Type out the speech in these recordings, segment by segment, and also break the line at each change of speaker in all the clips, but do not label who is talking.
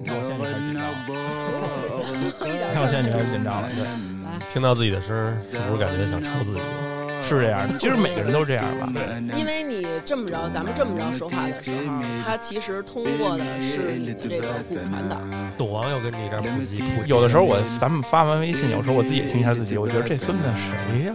你看我现在就开始紧张了，
一点
看我现在就开始紧张了，对，
听到自己的声儿，是不是感觉想抽自己？
是这样，其实每个人都这样吧，
因为你这么着，咱们这么着手法的时候，它其实通过的是你的这个骨传导。
赌王又跟你这儿普及普及，
有的时候我咱们发完微信，有时候我自己也听一下自己，我觉得这孙子谁呀、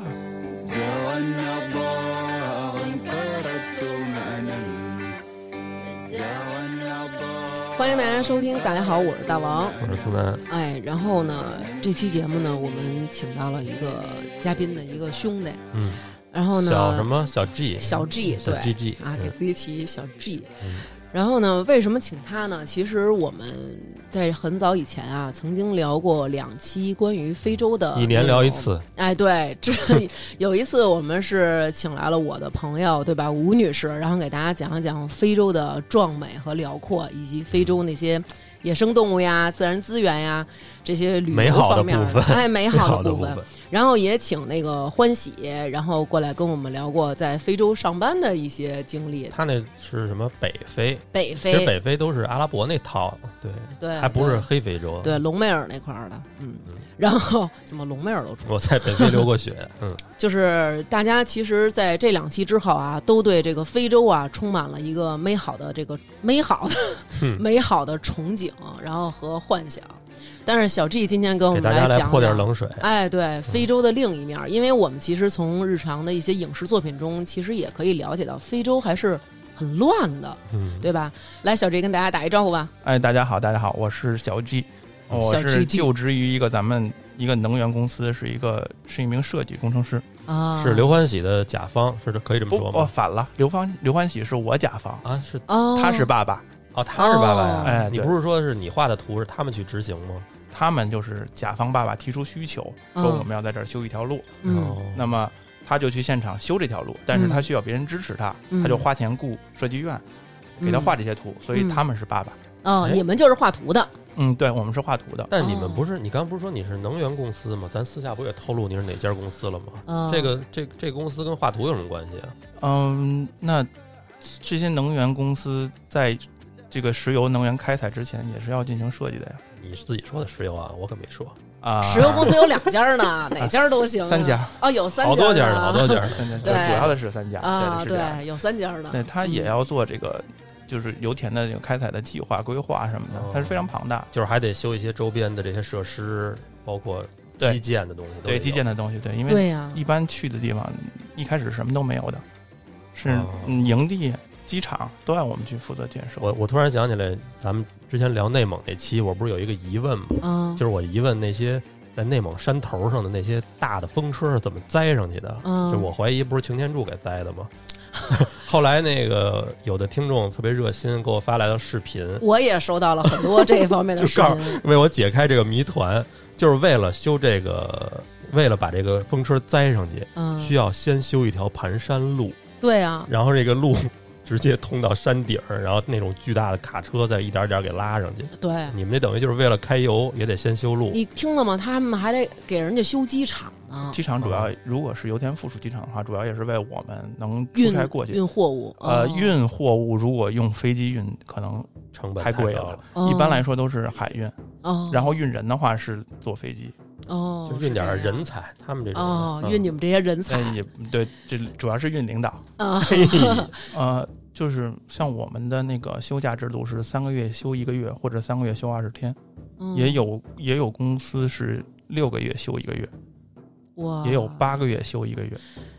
لو أنا ضاع انقرضت وما نمت لو أنا ضاع
欢迎大家收听，大家好，我是大王。
我是苏南，
哎，然后呢，这期节目呢，我们请到了一个嘉宾的一个兄弟，
嗯，
然后呢，
小什么小 G，
哦
嗯
小 G，
小
对
GG
啊，
嗯
给自己起一小 G。
嗯
然后呢，为什么请他呢？其实我们在很早以前啊，曾经聊过两期关于非洲的，
一年聊一。次，
哎，对，这有一次我们是请来了我的朋友，对吧，吴女士，然后给大家讲一讲非洲的壮美和辽阔，以及非洲那些野生动物呀、自然资源呀这些旅
美
游
好的
方面
部分
哎，美
最
好
好
的
的
部
部
分。，然后也请那个欢喜，然后过来跟我们聊过在非洲上班的一些经历。
他那是什么北非？
北
其实
非，
北非都是阿拉伯那套，对，
对，
还不是
对
黑非洲。
对，隆美尔那块儿的，嗯
嗯，
然后怎么隆美尔都出？
我在北非流 过血，嗯，
就是大家其实在这两期之后啊，都对这个非洲啊充满了一个美好的这个美好的、
哼
美好的憧憬，然后和幻想。但是小 G 今天跟哦我
给
们
大家来
讲
泼点
讲
冷水。
哎，对，非洲的另一面儿，因为我们其实从日常的一些影视作品中，其实也可以了解到非洲还是很乱的，
嗯，
对吧？来，小 J 跟大家打一招呼吧。
哎，大家好，大家好，我是小 G，我
小
哦是
GG
就职于一个咱们一个能源公司，是一个是一名设计工程师。
啊，
是刘欢喜的甲方，是这可以这么
不，
说
哦，
吗？
反了，刘芳刘欢喜是我甲方，
啊，是
哦，
他是爸爸，
哦，他是爸爸
哦。
呀
哎
你
对
不是说是你画的图是他们去执行吗？
他们就是甲方爸爸提出需求，说
嗯
我们要在这儿修一条路，
嗯
哦
那么。他就去现场修这条路，但是
嗯
他需要别人支持他，
嗯
他就花钱雇设计院、给他画这些图，所以
嗯
他们是爸爸。
哦，
哎
你们就是画图的
嗯，对，我们是画图的。
但你们不是你刚不是说你是能源公司吗？咱私下不也透露你是哪家公司了吗？
哦
这个这这公司跟画图有什么关系啊？
嗯，那这些能源公司在这个石油能源开采之前也是要进行设计的呀。
你是自己说的石油啊，我可没说，
啊，
石油公司有两家呢， 哪家都行 啊，
三家
哦，有三
好多家
家
啊
呢，好多 家呢。
三家，
对
主要的是三家，
啊，
对，是这样。
对，嗯有三家呢。
对，它也要做这个，就是油田的这个开采的计划、规划什么的
哦，
它是非常庞大。
就是还得修一些周边的这些设施，包括
对
基建的东西都得
对
有。
基建的东西，对，因为
对呀，
一般去的地方一开始什么都没有的，是
哦
嗯营地、机场都要我们去负责建设。
我我突然想起来，咱们之前聊内蒙那期，我不是有一个疑问吗？
嗯，
就是我疑问那些在内蒙山头上的那些大的风车是怎么栽上去的？
嗯
就我怀疑不是擎天柱给栽的吗？ 后来那个有的听众特别热心，给我发来了视频，
我也收到了很多这方面的
就
视
告
频。
为我解开这个谜团，就是为了修这个，为了把这个风车栽上去，
嗯，
需要先修一条盘山路，
对啊，
然后这个路 直接通到山顶儿，然后那种巨大的卡车再一点儿点儿给拉上去。
对，
你们这等于就是为了开油，也得先修路。
嗯你听了吗？他们还得给人家修机场呢，
机场主要
哦
如果是油田附属机场的话，主要也是为我们能出
运
差过去。
运货物，
呃，
哦
运货物如果用飞机运，可能
成本
太贵
高
了
了，
哦
一般来说都是海运，
哦，
然后运人的话是坐飞机。
哦，
就运点儿
是这样
人才，他们这种
哦，
嗯
运你们这些人才
哎 但也对，这主要是运领导。
啊，
呃，就是像我们的那个休假制度是三个月休一个月，或者三个月休二十天，
嗯
也有也有公司是六个月休一个月，
哇，
也有八个月休一个月。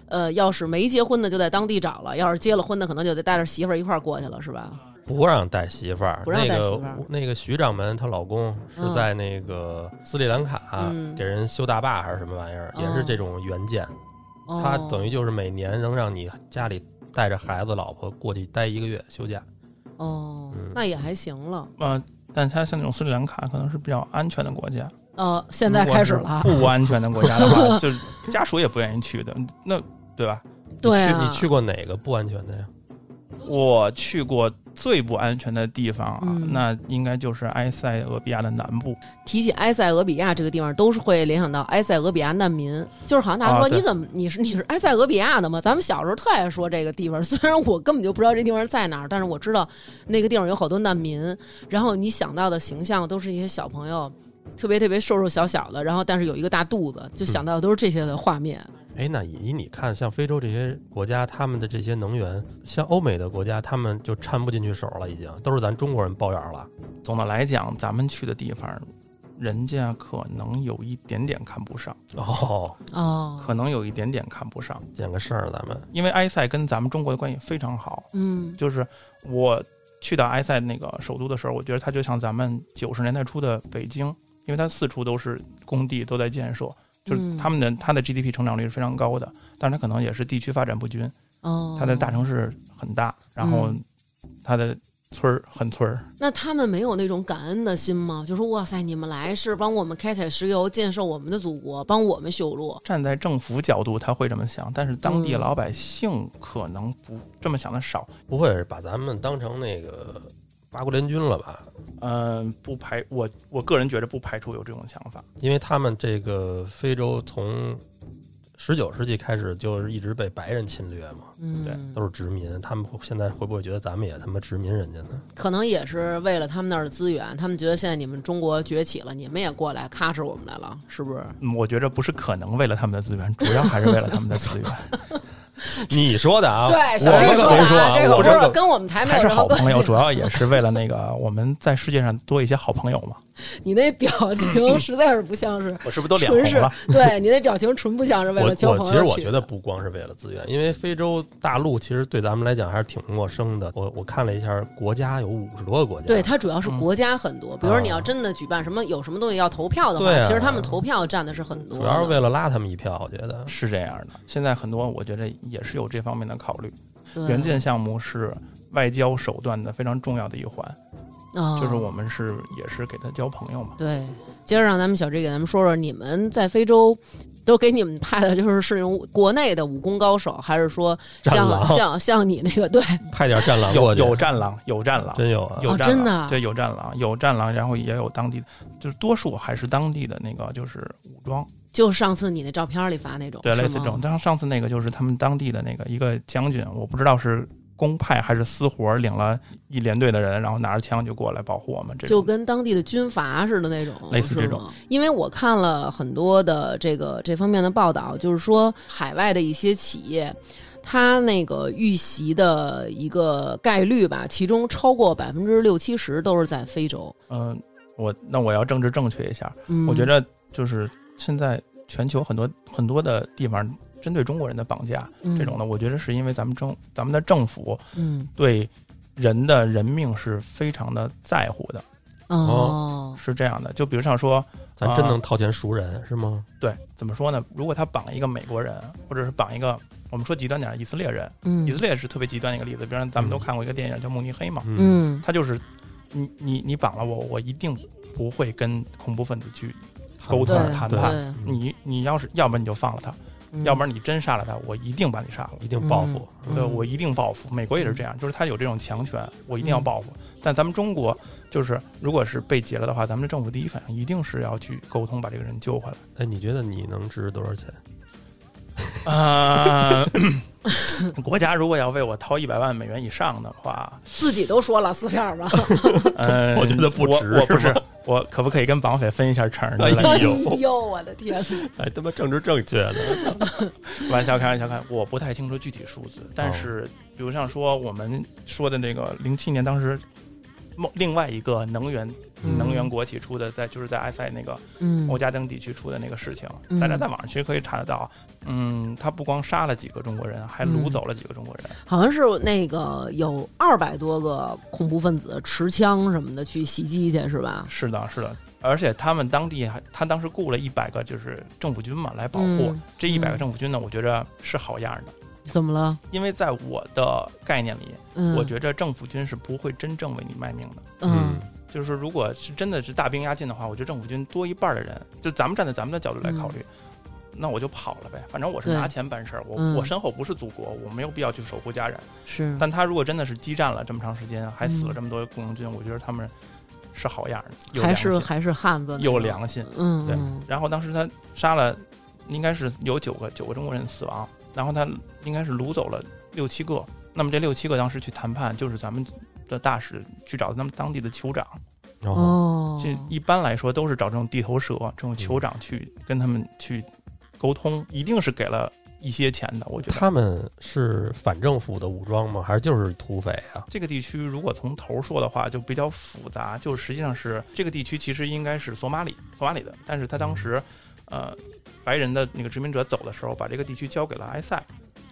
呃，要是没结婚的就在当地找了，要是结了婚的可能就得带着媳妇儿一块儿过去了，是吧？
不让带媳妇儿，
不让带
那
媳
个
妇儿
那个徐掌门她老公是
嗯
在那个斯里兰卡
嗯
给人修大坝还是什么玩意儿，也
哦
是这种援建，
哦、
他等于就是每年能让你家里带着孩子老婆过去待一个月休假，
哦
嗯，
那也还行了。
呃，但它像那种斯里兰卡可能是比较安全的国家，
呃，现在开始了啊，
如果嗯是不安全的国家的 话，就是家属也不愿意去的，那对吧？
对
你
啊，
去你去过哪个不安全的呀？
我去过最不安全的地方啊，
嗯
那应该就是埃塞俄比亚的南部。
提起埃塞俄比亚这个地方，都是会联想到埃塞俄比亚难民，就是好像大家
啊
说、
对
你怎么你是你是埃塞俄比亚的吗？咱们小时候特爱说这个地方， 虽然我根本就不知道这地方在哪儿，但是我知道那个地方有好多难民。然后你想到的形象都是一些小朋友，特别特别瘦瘦小小的，然后但是有一个大肚子，
嗯
就想到的都是这些的画面。
哎，那以以你看，像非洲这些国家，他们的这些能源，像欧美的国家，他们就掺不进去手了，已经都是咱中国人包圆了。
总的来讲，咱们去的地方，人家可能有一点点看不上，
哦，
哦，
可能有一点点看不上，
见个事儿，咱们
因为埃塞跟咱们中国的关系非常好。
嗯，
就是我去到埃塞那个首都的时候，我觉得它就像咱们九十年代初的北京，因为它四处都是工地都在建设，就是
嗯
他们的它的 GDP 成长率是非常高的，但是它可能也是地区发展不均，
哦，
它的大城市很大，然后
嗯
它的村儿很村儿，
那他们没有那种感恩的心吗？就说哇塞，你们来是帮我们开采石油，建设我们的祖国，帮我们修路。
站在政府角度，他会这么想，但是当地
嗯
老百姓可能不这么想的少。
不会是把咱们当成那个八国联军了吧？
嗯、不排我我个人觉得不排除有这种想法。
因为他们这个非洲从十九世纪开始就是一直被白人侵略嘛，
嗯，
对
都是殖民。他们现在会不会觉得咱们也他妈殖民人家 呢？
可能也是为了他们那儿的资源，他们觉得现在你们中国崛起了，你们也过来咔哧我们来了，是不是？
嗯我觉着不是可能为了他们的资源，主要还是为了他们的资 源，
你说的啊？
对，小
我
郑
们可
说
没
的
说
啊，这个
我
不
这
是
个
跟我们台没
还
有
是
什么
好
啊
朋友，
关
主
系。
要也是为了那个我们在世界上多一些好朋友嘛。
你那表情 实在是不像是，
我是不是都脸
纯
红
是
了？
对你那表情纯不像是为
我
了交
我
朋
其实
友
我
去
觉
的。
得不光是为了资源，因为非洲大陆其实对咱们来讲还是挺陌生的。我我看了一下，国家有五十多个国家，
对，它主要是
嗯
国家很多，比如说你要
啊
真的举办什么有什么东西要投票的话，
对啊
其实他们投票占的是很多的。
主要是为了拉他们一票，我觉得。
是这样的，现在很多我觉着也是有这方面的考虑。
对
援建项目是外交手段的非常重要的一环，
啊
就是我们是也是给他交朋友嘛。
对，接着让咱们小 J 给咱们说说，你们在非洲都给你们派的就是是那种国内的武功高手，还是说
战
像
狼
像像你那个对
派点战狼
有
过去，
有战狼，有战狼，
真有啊！
有
哦
战狼，
真的啊
对，有战狼，有战狼，然后也有当地，就是多数还是当地的那个就是武装，
就上次你那照片里发那种，
对，
哦是
类似这种。
吗
但上次那个就是他们当地的那个一个将军，我不知道是公派还是私活，领了一连队的人，然后拿着枪就过来保护我们，这
就
种
跟当地的军阀似的那种，
类似这种
是吗。因为我看了很多的这个这方面的报道，就是说海外的一些企业。它那个遇袭的一个概率吧，其中超过百分之六七十都是在非洲。
嗯、我那我要政治正确一下，
嗯，
我觉着就是现在全球很多很多的地方针对中国人的绑架这种的，我觉得是因为咱们政咱们的政府
嗯，
对人的人命是非常的在乎的，
嗯哦，
是这样的。就比如像说，
咱真
啊
能掏钱赎人是吗？
对，怎么说呢？如果他绑一个美国人，或者是绑一个我们说极端点儿以色列人，
嗯
以色列是特别极端的一个例子，比如咱们都看过一个电影叫《慕尼黑》嘛，
嗯，
嗯，
他就是你你你绑了我，我一定不会跟恐怖分子去沟
对
通
对
谈
对
判。
对
你你要是要不然你就放了他，
嗯
要不然你真杀了他，我一定把你杀了。
一定报
嗯
复。
对，我一定报复。美国也是这样，就是他有这种强权，我一定要
嗯
报复。但咱们中国就是，如果是被劫了的话，咱们的政府第一反应一定是要去沟通，把这个人救回来。
哎，你觉得你能值多少钱？
啊、呃 国家如果要为我掏一百万美元以上的话，
自己都说了撕票吧，
呃，
我觉得不值
我我不
是
是，我可不可以跟绑匪分一下成儿？
哎
哎
呦
呦，我的天哪！
哎，他妈政治正确的，
玩笑开玩笑开，我不太清楚具体数字，
哦
但是比如像说我们说的那个零七年当时。梦另外一个能源
嗯
能源国企出的在，就是在埃塞那个
嗯
欧加登地区出的那个事情
嗯，
大家在网上其实可以查得到。嗯，他不光杀了几个中国人，还掳
嗯
走了几个中国人。
好像是那个有二百多个恐怖分子持枪什么的去袭击去，是吧？
是的，是的，而且他们当地还，他当时雇了一百个就是政府军嘛来保护、
嗯
这一百
嗯
个政府军呢，我觉着是好样的，
怎么了？
因为在我的概念里，
嗯，
我觉着政府军是不会真正为你卖命的。
嗯
就是说，如果是真的是大兵压境的话，我觉得政府军多一半的人，就咱们站在咱们的角度来考虑，那我就跑了呗，反正我是
嗯对
拿钱办事儿，我、
嗯
我身后不是祖国，我没有必要去守护家人。
是，
但他如果真的是激战了这么长时间，还死了
嗯
这么多共军，我觉得他们是好样的，有
还
良心
是，还是汉子，
有，良心。
嗯，
对
嗯
然后当时他杀了，应该是有九个九个中国人死亡，然后他应该是掳走了六七个。那么这六七个当时去谈判，就是咱们的大使去找他们当地的酋长。
然后
哦，
这一般来说都是找这种地头蛇、这种酋长去跟他们去沟通，一定是给了一些钱的。我觉得
他们是反政府的武装吗？还是就是土匪啊？
这个地区如果从头说的话，就比较复杂。就实际上是这个地区其实应该是索马里索马里的，但是他当时，呃，白人的那个殖民者走的时候，把这个地区交给了埃塞，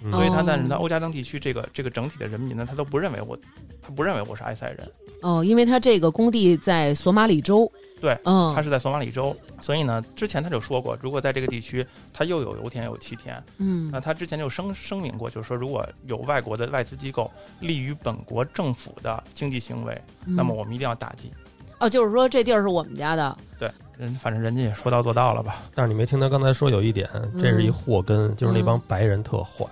嗯
所以他
哦
但是他欧加登地区这个这个整体的人民呢，他都不认为我，他不认为我是埃塞人。
哦，因为他这个工地在索马里州，
对，
嗯，
他是在索马里州，所以呢，之前他就说过，如果在这个地区他又有油田又有气田，
嗯
那他之前就声声明过，就是说，如果有外国的外资机构利于本国政府的经济行为，
嗯
那么我们一定要打击。
哦，就是说这地儿是我们家的，
人反正人家也说到做到了吧？
但是你没听他刚才说有一点，这
嗯
是一祸根，就是那帮白人特坏，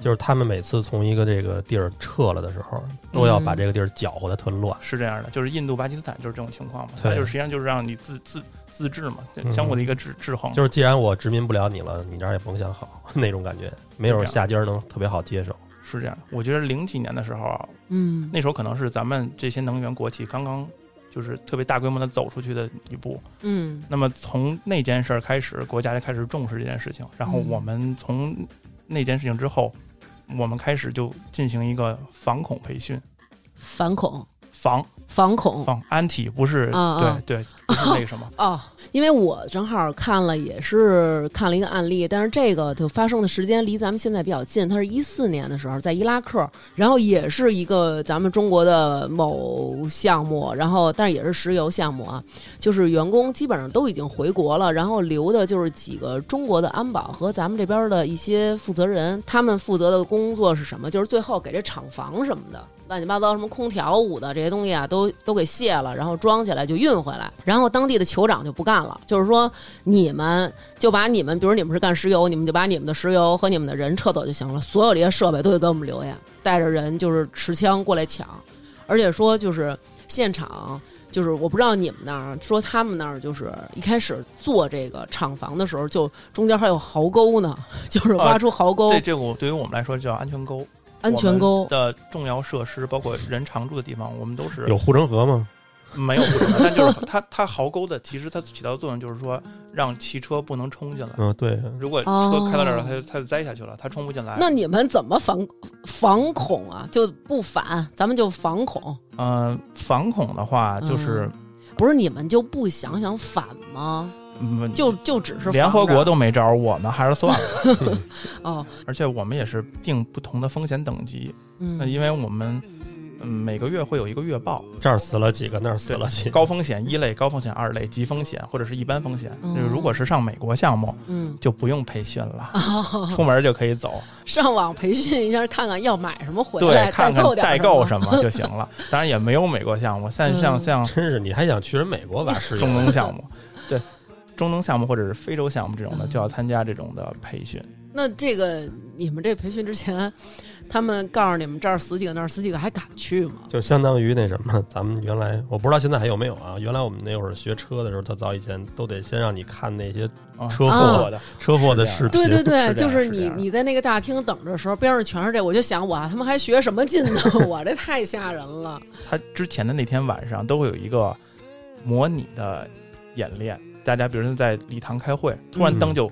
就是他们每次从一个这个地儿撤了的时候，
嗯
都要把这个地儿搅和的特乱。
是这样的，就是印度、巴基斯坦就是这种情况嘛，
对
它就是实际上就是让你自自自治嘛，
嗯
相互的一个制制衡。
就是既然我殖民不了你了，你这儿也甭想好 那种感觉，没有下家能特别好接受。
是这样的，我觉得零几年的时候啊，
嗯，
那时候可能是咱们这些能源国企刚刚就是特别大规模的走出去的一步。
嗯
那么从那件事儿开始，国家就开始重视这件事情。然后
嗯
我们从那件事情之后，我们开始就进行一个反恐培训，
反恐
防
反恐
防安体不是、
啊啊。
对对，不是那个什么
哦，因为我正好看了，也是看了一个案例，但是这个就发生的时间离咱们现在比较近，它是一四年的时候在伊拉克，然后也是一个咱们中国的某项目，然后但是也是石油项目啊，就是员工基本上都已经回国了，然后留的就是几个中国的安保和咱们这边的一些负责人，他们负责的工作是什么？就是最后给这厂房什么的。乱七八糟，什么空调、舞的这些东西啊，都都给卸了，然后装起来就运回来。然后当地的酋长就不干了，就是说你们就把你们，比如你们是干石油，你们就把你们的石油和你们的人撤走就行了，所有这些设备都得给我们留下，带着人就是持枪过来抢，而且说就是现场。就是我不知道你们那儿，说他们那儿就是一开始做这个厂房的时候，就中间还有壕沟呢， 就是挖出壕沟、
这这个我呃对于我们来说叫安全沟，
哦安全
我
沟
们，的重要设施，包括人常住的地方，我们都是
有护城河吗？
没有不同的。但就是它它壕沟的，其实它起到的作用就是说让汽车不能冲进来。
嗯，对，
如果车开到这儿了，它就它就栽下去了，它冲不进来。
哦那你们怎么防防恐啊？就不反，咱们就防恐，
嗯，反恐的话
嗯
就是
不是你们就不想想反吗？
嗯
就就只是
联合
防着
国都没招儿，我们还是算了。
哦，
而且我们也是定不同的风险等级，那
嗯
因为我们嗯每个月会有一个月报，
这儿死了几个，那儿死了几个。
高风险一类、高风险二类、极风险或者是一般风险。
嗯
就是如果是上美国项目，
嗯、
就不用培训了，
哦，
出门就可以走，
上网培训一下，看看要买什么回
对
来，，
看
购
看
点
代购
什
什么就行了。当然也没有美国项目，像像
嗯
像
真是，你还想去人美 国玩石油
中？东项 目，对。中东项目或者是非洲项目这种的，
嗯
就要参加这种的培训。
么。那这个你们这培训之前，他们告诉你们这儿死几个那儿死几个，还敢去吗？
就相当于那什么，咱们原来我不知道现在还有没有啊？原来我们那会儿学车的时候，他早以前都得先让你看那些
啊
车
我
祸、
的，
车祸的视
是
频，
对对对，
是这
就
样
是
是这
你
样
你在那个大厅等着的时候，边上全是这，我就想我他们还学什么劲 呢？我这太吓人了。
他之前的那天晚上都会有一个模拟的演练，大家比如说在礼堂开会，突然灯就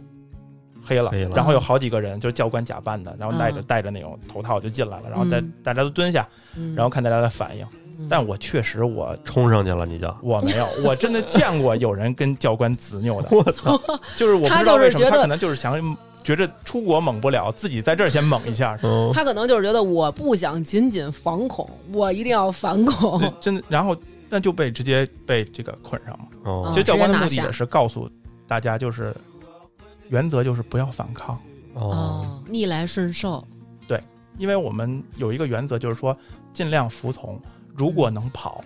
黑了，
嗯黑了
然后有好几个人就是教官假扮的，然后戴着、
嗯
戴着那种头套就进来了，然后再
嗯
大家都蹲下，
嗯、
然后看大家的反应。
嗯，
但我确实我。
冲上去了， 你就，
我没有，我真的见过有人跟教官执拗的
我操！
就是我不
他
知道
就是
为什么
觉
他
得
可能就是想觉着出国猛不了，自己在这儿先猛一下，
嗯，
他可能就是觉得我不想仅仅防恐，我一定要反 恐。
对真的，然后那就被直接被这个捆上了。
哦
其实教官的目
直
的
接拿下
也是告诉大家，就是原则就是不要反抗，
哦，
哦，逆来顺受。
因为我们有一个原则，就是说尽量服从，如果能跑，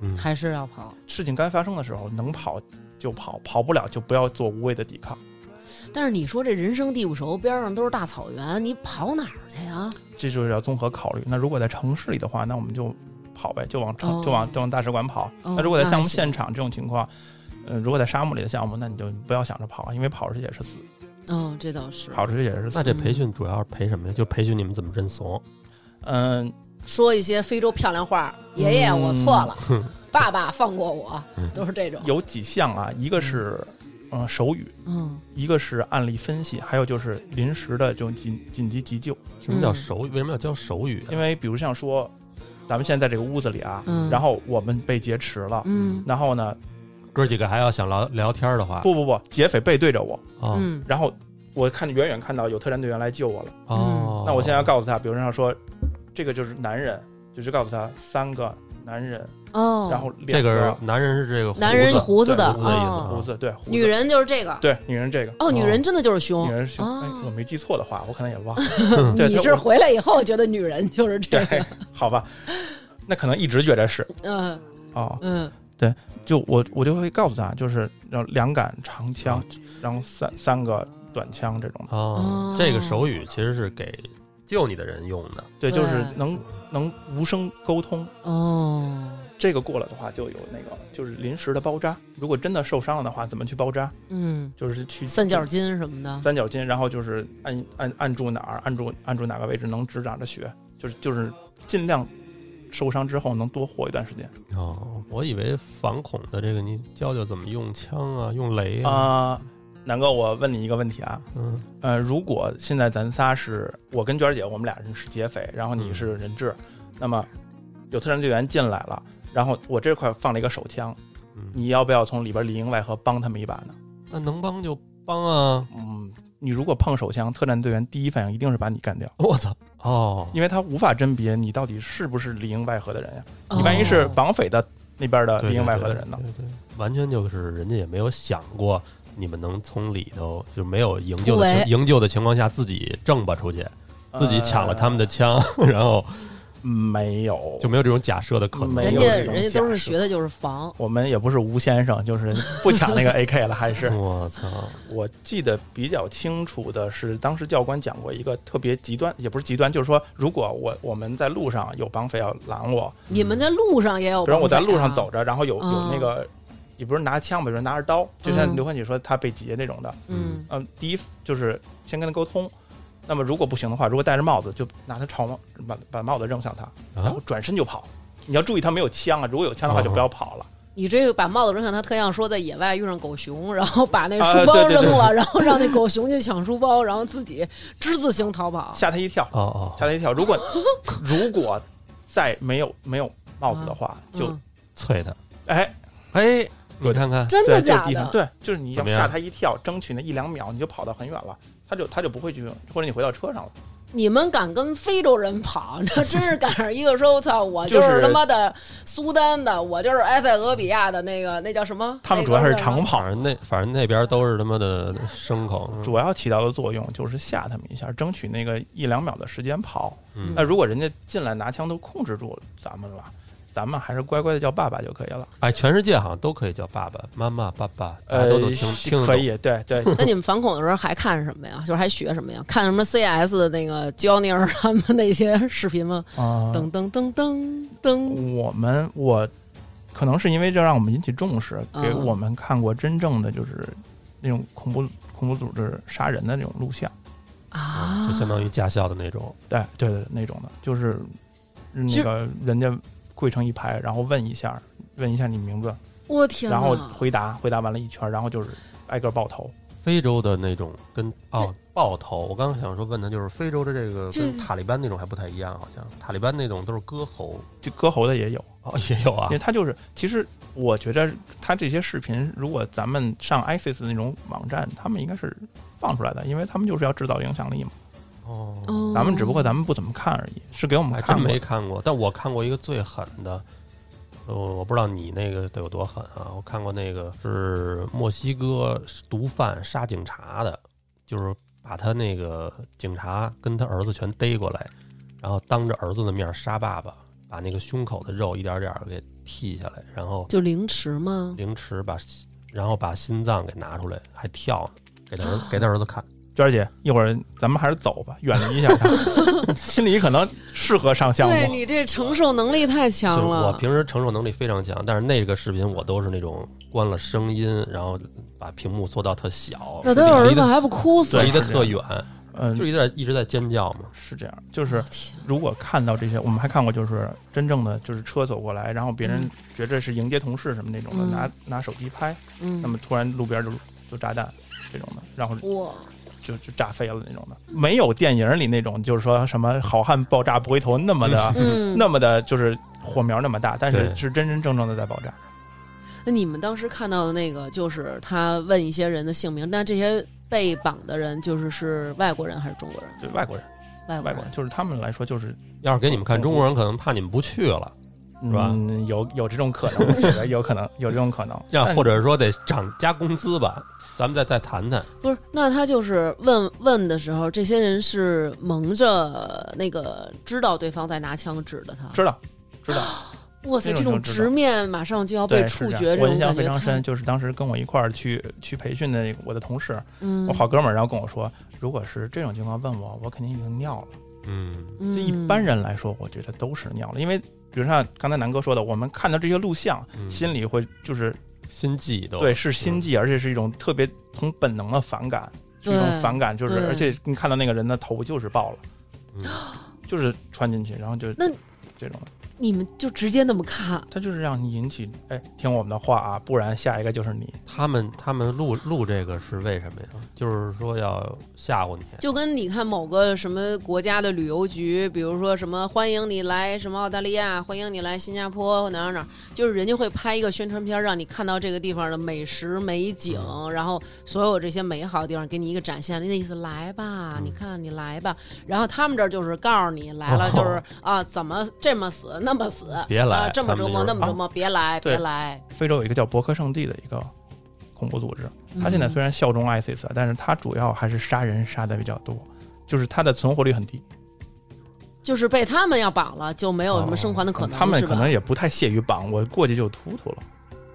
嗯，
还是要跑。
事情该发生的时候能跑就跑，跑不了就不要做无谓的抵抗。
但是你说这人生地不熟，边上都是大草原，你跑哪儿去啊呀？
这就是要综合考虑。那如果在城市里的话，那我们就跑呗，就往城、
哦
就往就往大使馆跑。
哦
那如果在
那
项
还
目
行
现场这种情况，呃，如果在沙漠里的项目，那你就不要想着跑，因为跑出去也是死，
嗯，这倒是。
跑出去也是
那
死。
这培训主要是培什么呀？就培训你们怎么认怂。
嗯、
说一些非洲漂亮话，爷爷，我错了， 爸爸放过我，都是这种。
有几项啊，一个是嗯、呃手语，
嗯，
一个是案例分析，还有就是临时的这种紧紧急急救。
什么叫
嗯
手语？为什么要教手语啊？
因为比如像说，咱们现在在这个屋子里啊，
嗯
然后我们被劫持了，
嗯
然后呢，
哥几个还要想聊聊天的话，
不不不，劫匪背对着我，
啊
嗯
然后我看远远看到有特战队员来救我了，
哦，
嗯
那我现在要告诉他，比如像说，这个就是男人，就是告诉他三个男人，
哦，
然后两
这个男人啊是这个胡子
男人胡子
对
的，
胡子的意思
哦
胡子对胡子
女人就是这个。
对女人这个
哦，女人真的就是
女
凶。
人是，哎
哦，
我没记错的话，我可能也忘了， 对
你
对
是
我
回来以后觉得女人就是这
对
个，，
好吧，那可能一直觉得是
嗯
哦，
嗯
就我我就会告诉他，就是要两杆长枪，然后三三个短枪这种的。
哦，
哦这个手语其实是给救你的人用的。
对，就是
对
能能无声沟通。
哦，
这个过了的话，就有那个就是临时的包扎。如果真的受伤了的话，怎么去包扎？
嗯，
就是去
三角巾什么的。
三角巾，然后就是按按按住哪儿，按住按住哪个位置能止长着血，就是就是尽量受伤之后能多活一段时间
哦，我以为反恐的这个你教教怎么用枪啊，用雷啊，
啊。南哥，我问你一个问题啊，
嗯，
呃，如果现在咱仨是我跟娟儿姐，我们俩人是劫匪，然后你是人质，那么有特战队员进来了，然后我这块放了一个手枪，
嗯
你要不要从里边里应外合帮他们一把呢？
那能帮就帮啊。
嗯，你如果碰手枪，特战队员第一反应一定是把你干掉，
我操！哦，
因为他无法甄别你到底是不是里应外合的人呀、
哦
你万一是绑匪的那边的
对
里应外合的人呢？？
对对对对完全就是人家也没有想过。你们能从里头就没有营
突
救的
围
情营救的情况下自己挣吧出去，
啊
自己抢了他们的枪， 然后
呃没有，
就没有这种假设的可能。
没
人
有
家
这种
人家都是
假设
学的就是防，
我们也不是吴先生，就是不抢那个 AK 了，还是
我操！
我记得比较清楚的是，当时教官讲过一个特别极端，也不是极端，就是说，如果我我们在路上有绑匪要拦我，
你们在路上也有、啊
比如我在路上走，着，然后有
嗯
有那个，也不是拿枪吧，就是拿着刀，就像刘欢姐说他被劫那种的，
嗯，
嗯，第一就是先跟他沟通，那么如果不行的话，如果戴着帽子，就拿他朝把把帽子扔向他，然
啊
后，转身就跑。你要注意他没有枪啊，如果有枪的话就不
哦
要跑了。
你这个把帽子扔下，他特像说在野外遇上狗熊，然后把那
啊
书包
对对
扔
对
了，然后让那狗熊去抢书包，然后自己之字形逃跑。
吓他一跳，
哦哦，
吓他一跳。 如果如果再没有没有帽子的话，就
嗯、
啐他！
哎。
哎，你看看，
真
对，
的
就是
假
低
的
分，？对，就是你
怎
要
么样
吓他一跳，争取那一两秒，你就跑到很远了，他就他就不会去，或者你回到车上了。
你们敢跟非洲人跑， 这真是赶上一个说，我操，我就
就是
他妈的苏丹的，我就是埃塞俄比亚的那个，那叫什么？
他们主要还是
那
长
个
跑，
反正那反正那边都是他妈的牲口。
啊主要起到的作用就是吓他们一下，争取那个一两秒的时间跑。
嗯
那如果人家进来拿枪都控制住咱们了，咱们还是乖乖的叫爸爸就可以了。
哎，全世界好像都可以叫爸爸妈妈、爸爸，大家
呃
都能听听得
可
懂。
以，对对，
那你们反恐的时候还看什么呀？就是还学什么呀？看什么 CS 的那个焦尼尔他们那些视频吗？
啊、
噔噔噔噔噔，
我们我可能是因为这让我们引起重视，给
嗯
我们看过真正的就是那种恐怖恐怖组织杀人的那种录像。
啊，
嗯就相当于驾校的那种，
对对对，那种的，就是那个人家跪成一排，然后问一下，问一下你名字，
啊我天呐，
然后回答，回答完了一圈，然后就是挨个爆头。
非洲的那种跟哦爆头。我刚刚想说问他，就是非洲的这个跟塔利班那种还不太一样，好像塔利班那种都是割喉
就割喉的也有，
哦，也有啊
因为。他就是，其实我觉得他这些视频，如果咱们上 ISIS 那种网站，他们应该是放出来的，因为他们就是要制造影响力嘛。
哦，
哦，
咱们只不过咱们不怎么看而已，是给我们
还
看
哎真
过
没看过，但我看过一个最狠的。呃，我不知道你那个得有多狠啊！我看过那个是墨西哥毒贩杀警察的，就是把他那个警察跟他儿子全逮过来，然后当着儿子的面杀爸爸，把那个胸口的肉一点点儿给剔下来，然后
就凌迟吗？
凌迟把，然后把心脏给拿出来，还跳呢，给他儿给他儿子看。
娟儿姐，一会儿咱们还是走吧，远离一下他， 心里可能适合上项
对
目。
你这承受能力太强
就是
了。
我平时承受能力非常强，但是那个视频我都是那种关了声音，然后把屏幕缩到特小，
那他儿
离
子
得
还不哭死？
离得
是这样
特远，
嗯
就，一直在一直在尖叫嘛。
是这样，就是
天
如果看到这些，我们还看过，就是真正的就是车走过来，然后别人
嗯
觉着是迎接同事什么那种的，
嗯
拿拿手机拍，
嗯
那么突然路边就就炸弹这种的，然后
哇，
就就炸飞了那种的，没有电影里那种就是说什么好汉爆炸不回头那么的、
嗯，
那么的，就是火苗那么大，但是
对
是真真正正的在爆炸。
那你们当时看到的那个，就是他问一些人的姓名，那这些被绑的人就是是外国人还是中国人？
对外国人，
外国
外
人
国人就是他们来说就是
要是给你们看中国人，可能怕你们不去了，
是
吧
嗯、有有这种可能，我觉得有可能有这种可能。
这样
但
或者说得涨加工资吧，咱们再再谈谈。
不是，那他就是问问的时候，这些人是蒙着那个知道对方在拿枪指的他。
知道知道。
哇塞，
这
这
种
种
就知道
直面马上就要
对，
被
是
处
这样
决，这
我
种
印象
感
非
觉
常
太
深，就是当时跟我一块儿去去培训的我的同事，
嗯，
我好哥们儿，然后跟我说，如果是这种情况问我，我肯定已经尿了。
嗯，
对
嗯，
一般人来说，我觉得都是尿了，因为比如像刚才南哥说的，我们看到这些录像，
嗯
心里会就是
心悸都嗯
对是心，悸，而且是一种特别从本能的反感，是一种
对
反感，就是
对
而且你看到那个人的头就是爆了，
嗯
就是穿进去，然后就
那
这种，
你们就直接那么看，
他就是让你引起哎听我们的话啊，不然下一个就是你。
他们他们录录这个是为什么呀？就是说要吓唬你。
就跟你看某个什么国家的旅游局，比如说什么欢迎你来什么澳大利亚，欢迎你来新加坡哪儿哪儿，就是人家会拍一个宣传片儿，让你看到这个地方的美食美景，然后所有这些美好的地方给你一个展现，那意思来吧，
嗯
你看你来吧。然后他们这儿就是告诉你来了，
哦
就是啊怎么这么死那么死，
别来
啊这么折磨
他
那
们就是
么折磨，别来
对
别来。
非洲有一个叫伯克圣地的一个恐怖组织，他现在虽
然
然效忠 ISIS，啊但是他主要还是杀人杀的比较多，就是他的存活率很低，
就是被他们要绑了，就没有哦什么生还的可能，
哦他们
是吧
可能也不太屑于绑，我过去就突突了，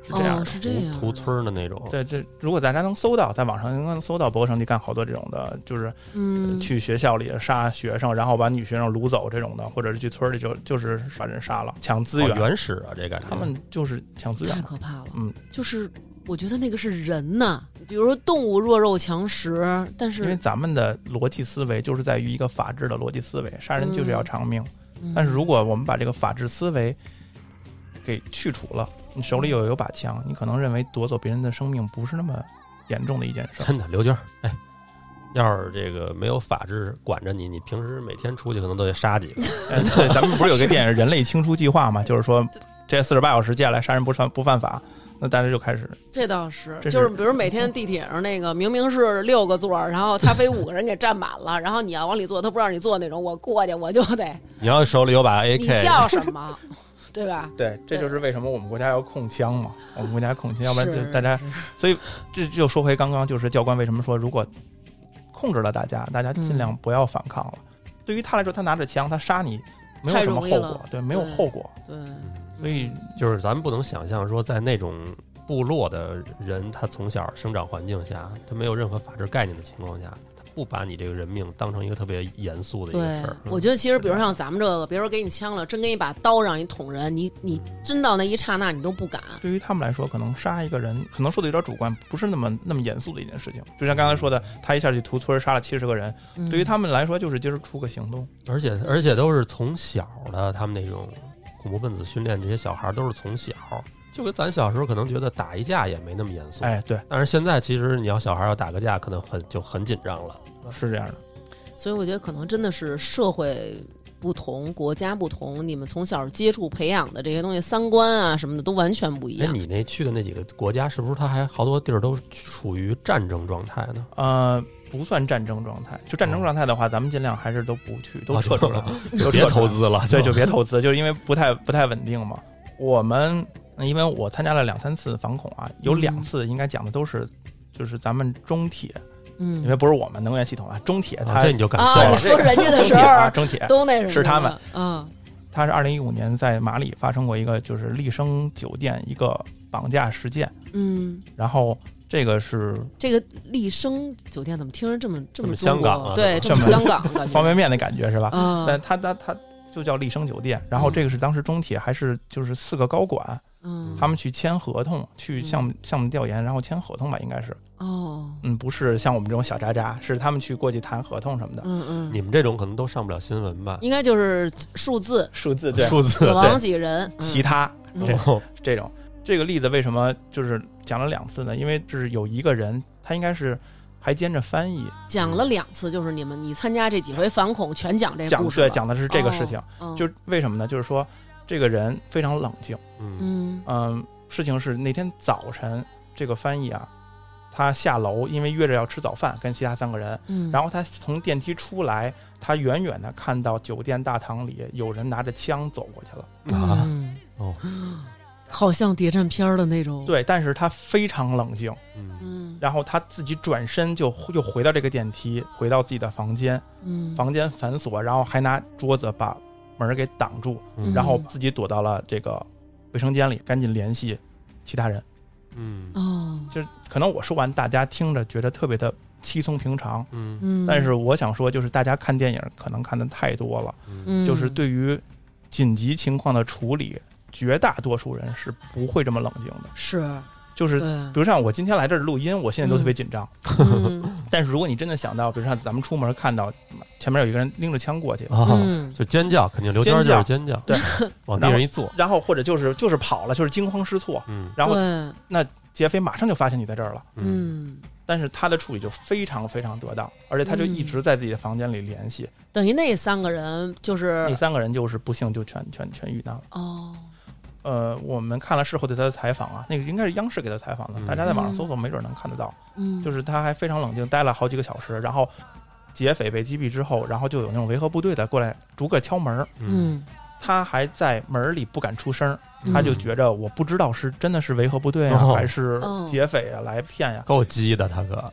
是这样
哦
的。
是这样
屠屠
的
村儿的那种，
对，这如果大家能搜到，在网上应该能搜到伯克圣地干好多这种的，就是
嗯，
去学校里杀学生，然后把女学生掳走这种的，或者是去村里就就是把人杀了，抢资
好
源，
原始啊，这感觉
他们就是抢资源
太。可怕了。
嗯，
就是我觉得那个是人呐、比如说动物弱肉强食，但
因为
是
咱们的逻辑思维就是在于一个法治的逻辑思维，杀人就是要
嗯
偿命。
嗯
但是如果我们把这个法治思维给去除了，你手
嗯
里有有把枪，你可能认为夺走别人的生命不是那么严重的一件事儿。
真的，刘娟儿，哎，要是这个没有法制管着你，你平时每天出去可能都得杀几个。
嗯 对，咱们不是有个电影《人类清除计划》嘛，就是说这四十八小时接下来杀人不犯不犯法，那大家就开始
这倒是，
这是
就是比如每天地铁上那个明明是六个座儿，然后他非五个人给占满了，然后你要往里坐，他不让你坐那种，我过去我就得，
你要手里有 把
你
AK，
叫什么，对吧？
对，这就是为什么我们国家要控枪嘛，我们国家控枪，要不然就是大家，所以这就说回刚刚，就是教官为什么说如果控制了大家，大家尽量
嗯
不要反抗了。对于他来说，他拿着枪，他杀你没有
太
什么
容易
后果
了，
对，没有
对嗯
后果。
对，
所以
嗯就是咱们不能想象说在那种部落的人，他从小生长环境下，他没有任何法治概念的情况下，他不把你这个人命当成一个特别严肃的一个
对
事儿。，
嗯
嗯
我觉得其实比如
是这
像咱们这个，别说给你枪了，真给你把刀让你捅人，你你真到那一刹那你都不敢。
对于他们来说，可能杀一个人，可能说的有点主观，不是那么那么严肃的一件事情。就像刚才说的，他一下去屠村杀了七十个人，
嗯
对于他们来说就是今儿出个行动。
而且而且都是从小的，他们那种恐怖分子训练这些小孩儿都是从小，就跟咱小时候可能觉得打一架也没那么严肃，
哎，对，
但是现在其实你要小孩要打个架，可能很就很紧张了。
是这样的。
所以我觉得可能真的是社会不同、国家不同，你们从小接触培养的这些东西，三观啊什么的都完全不一
哎，
样。
你那去的那几个国家，是不是它还好多地儿都处于战争状态呢？
呃，不算战争状态。就战争
哦
状态的话，咱们尽量还是都不去，都
啊
撤
就
出来，都
就别
撤出来
投。资了，
对，就别投资，就是因为不太不太稳定嘛。我们嗯因为我参加了两三次反恐啊，有
嗯
两次应该讲的都是。就是咱们中铁，因为
嗯，
不是我们能源系统啊，中铁它
啊，这你就感受
啊，
对
你
了。
说人家的
中
时
铁啊，
候
中铁，
都那什么的
是他们，
嗯
它是二零一五年在马里发生过一个就是丽笙酒店一个绑架事件，
嗯
然后这个是
这个丽笙酒店怎么听着这么这么
这么香港啊
中国对，这
这么
么香港感觉
方便面的感觉是吧？
啊，
但它它它就叫丽笙酒店，然
嗯
后这个是当时中铁还是就是四个高管
嗯
他们去签合同，去项目项目调研，然后签合同吧，应该是，
哦，
嗯，不是像我们这种小渣渣，是他们去过去谈合同什么的，
嗯嗯，
你们这种可能都上不了新闻吧？
应该就是数字
数字对，
数字
死亡
对，
几人，嗯
其他
嗯
这
然后
这种这个例子为什么就是讲了两次呢？因为就是有一个人，他应该是还兼着翻译
讲了两次，就是你们你参加这几回反恐全讲这
讲
故事
对
了，
讲的是这个事情，
哦
就是为什么呢？就是说这个人非常冷静，
嗯
嗯
嗯，事情是那天早晨这个翻译啊，他下楼，因为约着要吃早饭，跟其他三个人，
嗯，
然后他从电梯出来，他远远的看到酒店大堂里有人拿着枪走过去了，
啊，
嗯
哦，
好像谍战片儿的那种，，
对，但是他非常冷静。
嗯
嗯
然后他自己转身就又回到这个电梯，回到自己的房间，
嗯，
房间反锁，然后还拿桌子把门儿给挡住，
嗯
然后自己躲到了这个卫生间里，赶紧联系其他人。
嗯
哦，
就是可能我说完，大家听着觉得特别的稀松平常，
嗯
嗯，
但是我想说，就是大家看电影可能看的太多了，
嗯
嗯
就是对于紧急情况的处理，绝大多数人是不会这么冷静的。
是
就是
对
比， 如像我今天来这儿录音，我现在都特别紧张。
啊
嗯
但是如果你真的想到，比如像咱们出门看到前面有一个人拎着枪过去，
啊，
嗯
就尖叫，肯定刘娟儿就是尖叫，
对，
往地上一坐，
然后或者就是就是跑了，就是惊慌失措，
嗯
然后
对
劫匪马上就发现你在这儿了。
嗯
嗯，
但是他的处理就非常非常得当，而且他就一直在自己的房间里联系。
等于那三个人就是
那三个人就是不幸就全全全遇难了。
哦，
呃，我们看了事后对他的采访啊，那个应该是央视给他采访的，
嗯
大家在网上搜索没准能看得到。
嗯，
就是他还非常冷静，待了好几个小时，然后劫匪被击毙之后，然后就有那种维和部队的过来逐个敲门儿，
嗯，
他还在门儿里不敢出声儿，
嗯
他就觉着我不知道是真的是维和部队啊，
哦
还是
嗯
劫匪啊来骗呀、
够鸡的，他哥，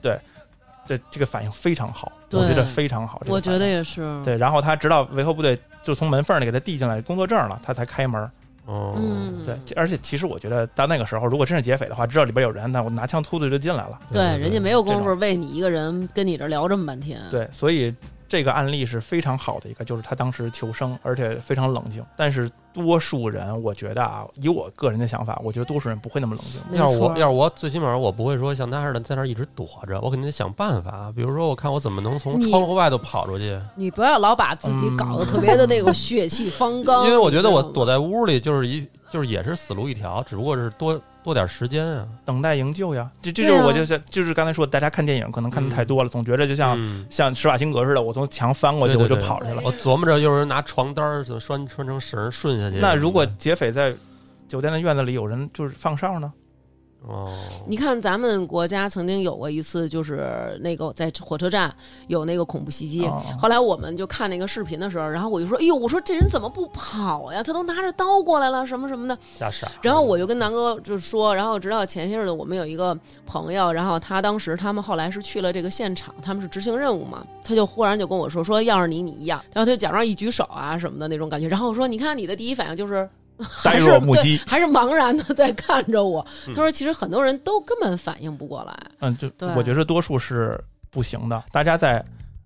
这这个反应非常好，
对
我觉得非常好。这个
我觉得
反应
也是，
对，然后他直到维和部队就从门缝里给他递进来工作证了，他才开门。
哦，
嗯，
对，而且其实我觉得到那个时候，如果真是劫匪的话，知道里边有人，那我拿枪突突就进来了。
对，人家没有
这
功夫
种
为你一个人跟你这聊这么半
嗯
天，
对，所以这个案例是非常好的一个，就是他当时求生，而且非常冷静。但是多数人，我觉得啊，以我个人的想法，我觉得多数人不会那么冷静。
没
要是
错
我，要是我，最起码我不会说像他似的在那儿一直躲着，我肯定得想办法。啊比如说，我看我怎么能从
你
窗户外头跑出去，
你不要老把自己搞得特别的那种血气方刚，
嗯 因为我觉得我
你知道
躲在屋里就是一就是也是死路一条，只不过是多多点时间啊。
等待营救呀，这这
对
就是
啊
我就像、就是刚才说的，大家看电影可能看的太多了，总觉着就像、
嗯
像施瓦辛格似的，我从墙翻过去
对对
我就
对
跑出去了。
我琢磨着，又是拿床单儿怎么拴拴成绳儿顺下去。
那如果
嗯
劫匪在酒店的院子里有人就是放哨呢？
哦，
吗你看咱们国家曾经有过一次，就是那个在火车站有那个恐怖袭击。
哦
后来我们就看那个视频的时候，然后我就说：“哎呦，我说这人怎么不跑呀？他都拿着刀过来了，什么什么的。”
吓傻了。
然后我就跟南哥就说，然后直到前些日子，我们有一个朋友，然后他当时他们后来是去了这个现场，他们是执行任务嘛，他就忽然就跟我说，说要是你你一样，然后他就假装一举手啊什么的那种感觉，然后我说你看你的第一反应就是。还是
呆若木
对
鸡，
还是茫然的在看着我。他说：“其实很多人都根本反应不过来。
嗯，就
对
我觉得多数是不行的。大家在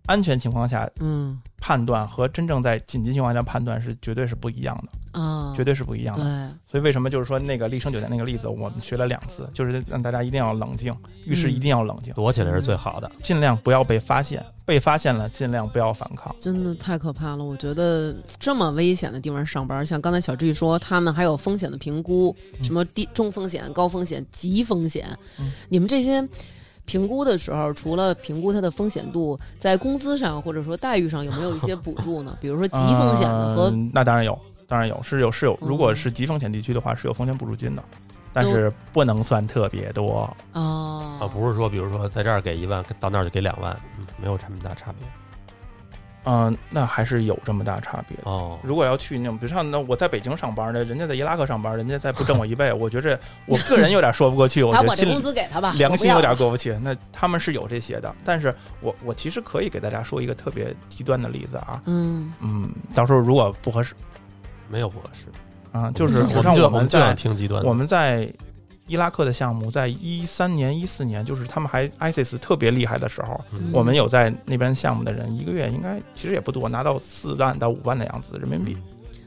安全情况下
嗯”
判断和真正在紧急情况下判断是绝对是不一样的，
啊，
绝对是不一样的。
对，
所以为什么就是说那个丽笙酒店那个例子，我们学了两次，就是让大家一定要冷静，遇事一定要冷静，
躲起来是最好
嗯
的。
尽量不要被发现，被发现了尽量不要反抗。
真的太可怕了！我觉得这么危险的地方上班，像刚才小志一说，他们还有风险的评估，
嗯
什么低中风险、高风险、极风险，
嗯
你们这些。评估的时候，除了评估它的风险度，在工资上或者说待遇上有没有一些补助呢？比 如说极风险的和
嗯那当然有，当然有，是有是有。
嗯
如果是极风险地区的话，是有风险补助金的，但是不能算特别多。
哦
啊，不是说，比如说在这儿给一万，到那儿就给两万，嗯，没有这么大差别
嗯、那还是有这么大差别的。
哦。
如果要去那种，比如像那我在北京上班的，人家在伊拉克上班，人家再不挣我一倍， 我觉着我个人有点说不过去，我
把
觉
我
得
这
心
工
里
资给 他吧，
良心
我
有
不要
点过不去。那他们是有这些的，但是我我其实可以给大家说一个特别极端的例子啊，
嗯
嗯，到时候如果不合适
没有合适，
啊，就是
我
像
就
我
嗯我
们
就想
在
听极端的，
我们在伊拉克的项目，在一三年、一四年，就是他们还 ISIS 特别厉害的时候，
嗯
我们有在那边项目的人，一个月应该其实也不多，拿到四万到五万的样子人民币，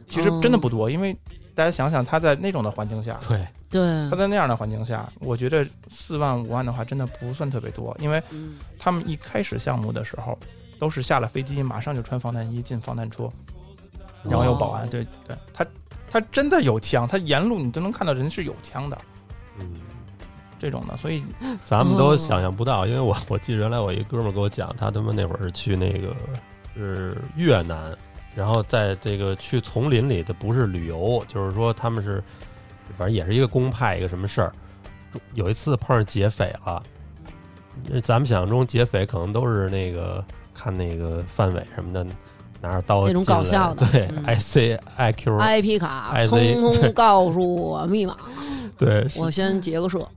其实真的不多，因为大家想想，他在那种的环境下，
对，
对，
他在那样的环境下，我觉得四万五万的话，真的不算特别多，因为
嗯
他们一开始项目的时候，都是下了飞机马上就穿防弹衣进防弹车，然后有保安，
哦
对对，他他真的有枪，他沿路你都能看到人是有枪的
嗯，
这种的，所以
咱们都
哦
想象不
嗯
到，因为我我记得原来我一哥们儿给我讲，他他妈那会儿去那个是越南，然后在这个去丛林里的不是旅游，就是说他们是反正也是一个公派一个什么事儿，有一次碰上劫匪了，呃咱们想象中劫匪可能都是那个看那个范伟什么的。拿着刀
那种
进来
搞笑的
对
嗯哎
，I C I Q，
，IP 卡
IZ
通
对
通告诉我密码，
对，
我先结 个啊社。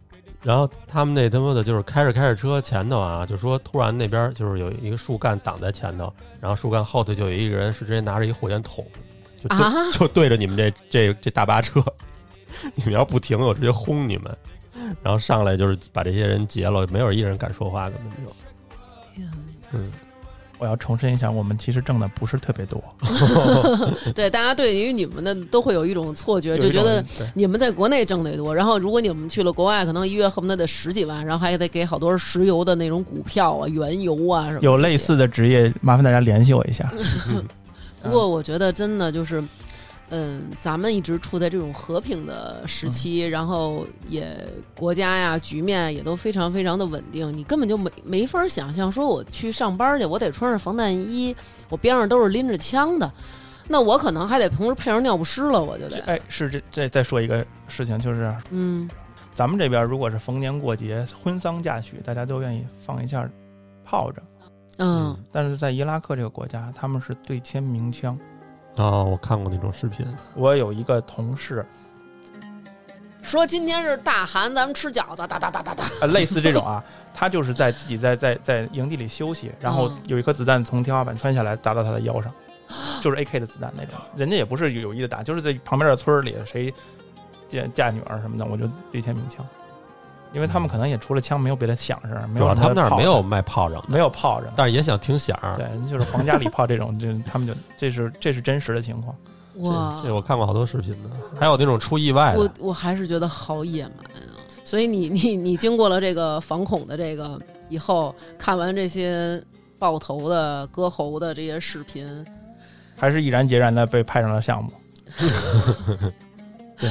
然后他们那他妈的就是开着开着车前头啊，就说突然那边就是有一个树干挡在前头，然后树干后头就有一个人是直接拿着一火箭筒，就 对、
啊
就对着你们这这这大巴车，你们要不停，我直接轰你们。然后上来就是把这些人劫了，没有一人敢说话，根本就
天啊
嗯，
我要重申一下，我们其实挣的不是特别多，
对，大家对于你们的都会有一种错觉，
有
就
一
觉
种
得
对
你们在国内挣得多，然后如果你们去了国外，可能一月恨不得得十几万，然后还得给好多石油的那种股票啊、原油啊什么。
有类。似的职业，麻烦大家联系我一下。嗯
不过我觉得真的就是，嗯，咱们一直处在这种和平的时期，然后也国家呀局面也都非常非常的稳定，你根本就没没法想象说我去上班去，我得穿着防弹衣，我边上都是拎着枪的，那我可能还得同时配上尿不湿了，我就
这
得，
哎，是这再再说一个事情，就是
嗯。
咱们这边如果是逢年过节、婚丧嫁娶，大家都愿意放一下炮仗，
嗯，
但是在伊拉克这个国家，他们是对签鸣枪。
哦，我看过那种视频，
我有一个同事，
说今天是大寒，咱们吃饺子，哒哒哒哒哒。
呃，类似这种啊， 他就是在自己在在在营地里休息，然后
嗯
有一颗子弹从天花板穿下来砸到他的腰上，就是 AK 的子弹那种，人家也不是有意的打，就是在旁边的村儿里谁嫁嫁女儿什么的，我就对天鸣枪，因为他们可能也除了枪没有别的响声，没
嗯主
有
要
什么
他们那儿
炮
没有卖炮仗的，
没有炮仗，
但是也想听响儿。
对，人就是皇家礼炮这种，这他们就这是这是真实的情况。
哇，
这我看过好多视频的，还有那种出意外的
我，我还是觉得好野蛮啊。所以你 你你经过了这个反恐的这个以后，看完这些爆头的、割喉的这些视频，
还是毅然决然的被派上了项目，这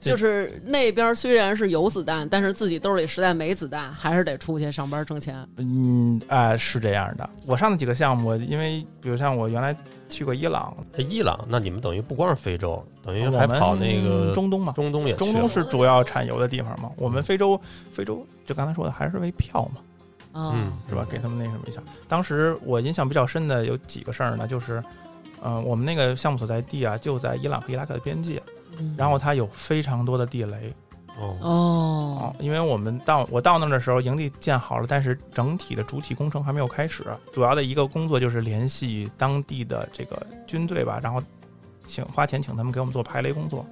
就是那边虽然是有子弹，但是自己兜里实在没子弹，还是得出去上班挣钱。
嗯，哎、是这样的。我上的几个项目，因为比如像我原来去过伊朗，
哎伊朗，那你们等于不光是非洲，等于
我
还
们
跑那个
中东嘛，
中东也去
中
了
东是主要产油的地方嘛。我们非洲，非洲就刚才说的还是为票嘛，
啊、
嗯
是吧？给他们那什么一下。当时我印象比较深的有几个事儿呢，就是，嗯、我们那个项目所在地啊，就在伊朗和伊拉克的边界，
嗯
然后它有非常多的地雷
哦，
啊
哦，，
因为我们到我到那儿的时候，营地建好了，但是整体的主体工程还没有开始。主要的一个工作就是联系当地的这个军队吧，然后请花钱请他们给我们做排雷工作。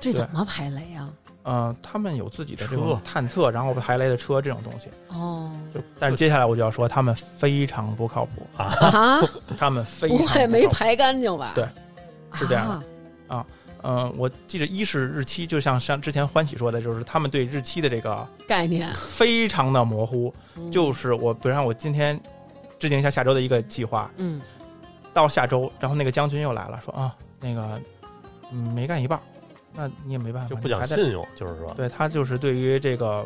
这怎么排雷啊？
呃，他们有自己的这
车
种探测，然后排雷的车这种东西。
哦
就但是接下来我就要说，他们非常 不靠谱，
啊，
他们非常
不
不靠
会没
谱。
排干净吧？
对是这样的
啊
嗯、我记得一是日期，就像像之前欢喜说的，就是他们对日期的这个
概念，
非常的模糊。
嗯
就是我，比如像我今天制定一下下周的一个计划，
嗯
到下周，然后那个将军又来了，说啊，那个嗯没干一半儿，那你也没办法，
就不
你
讲
还得。
信用，就是说，
对他就是对于这个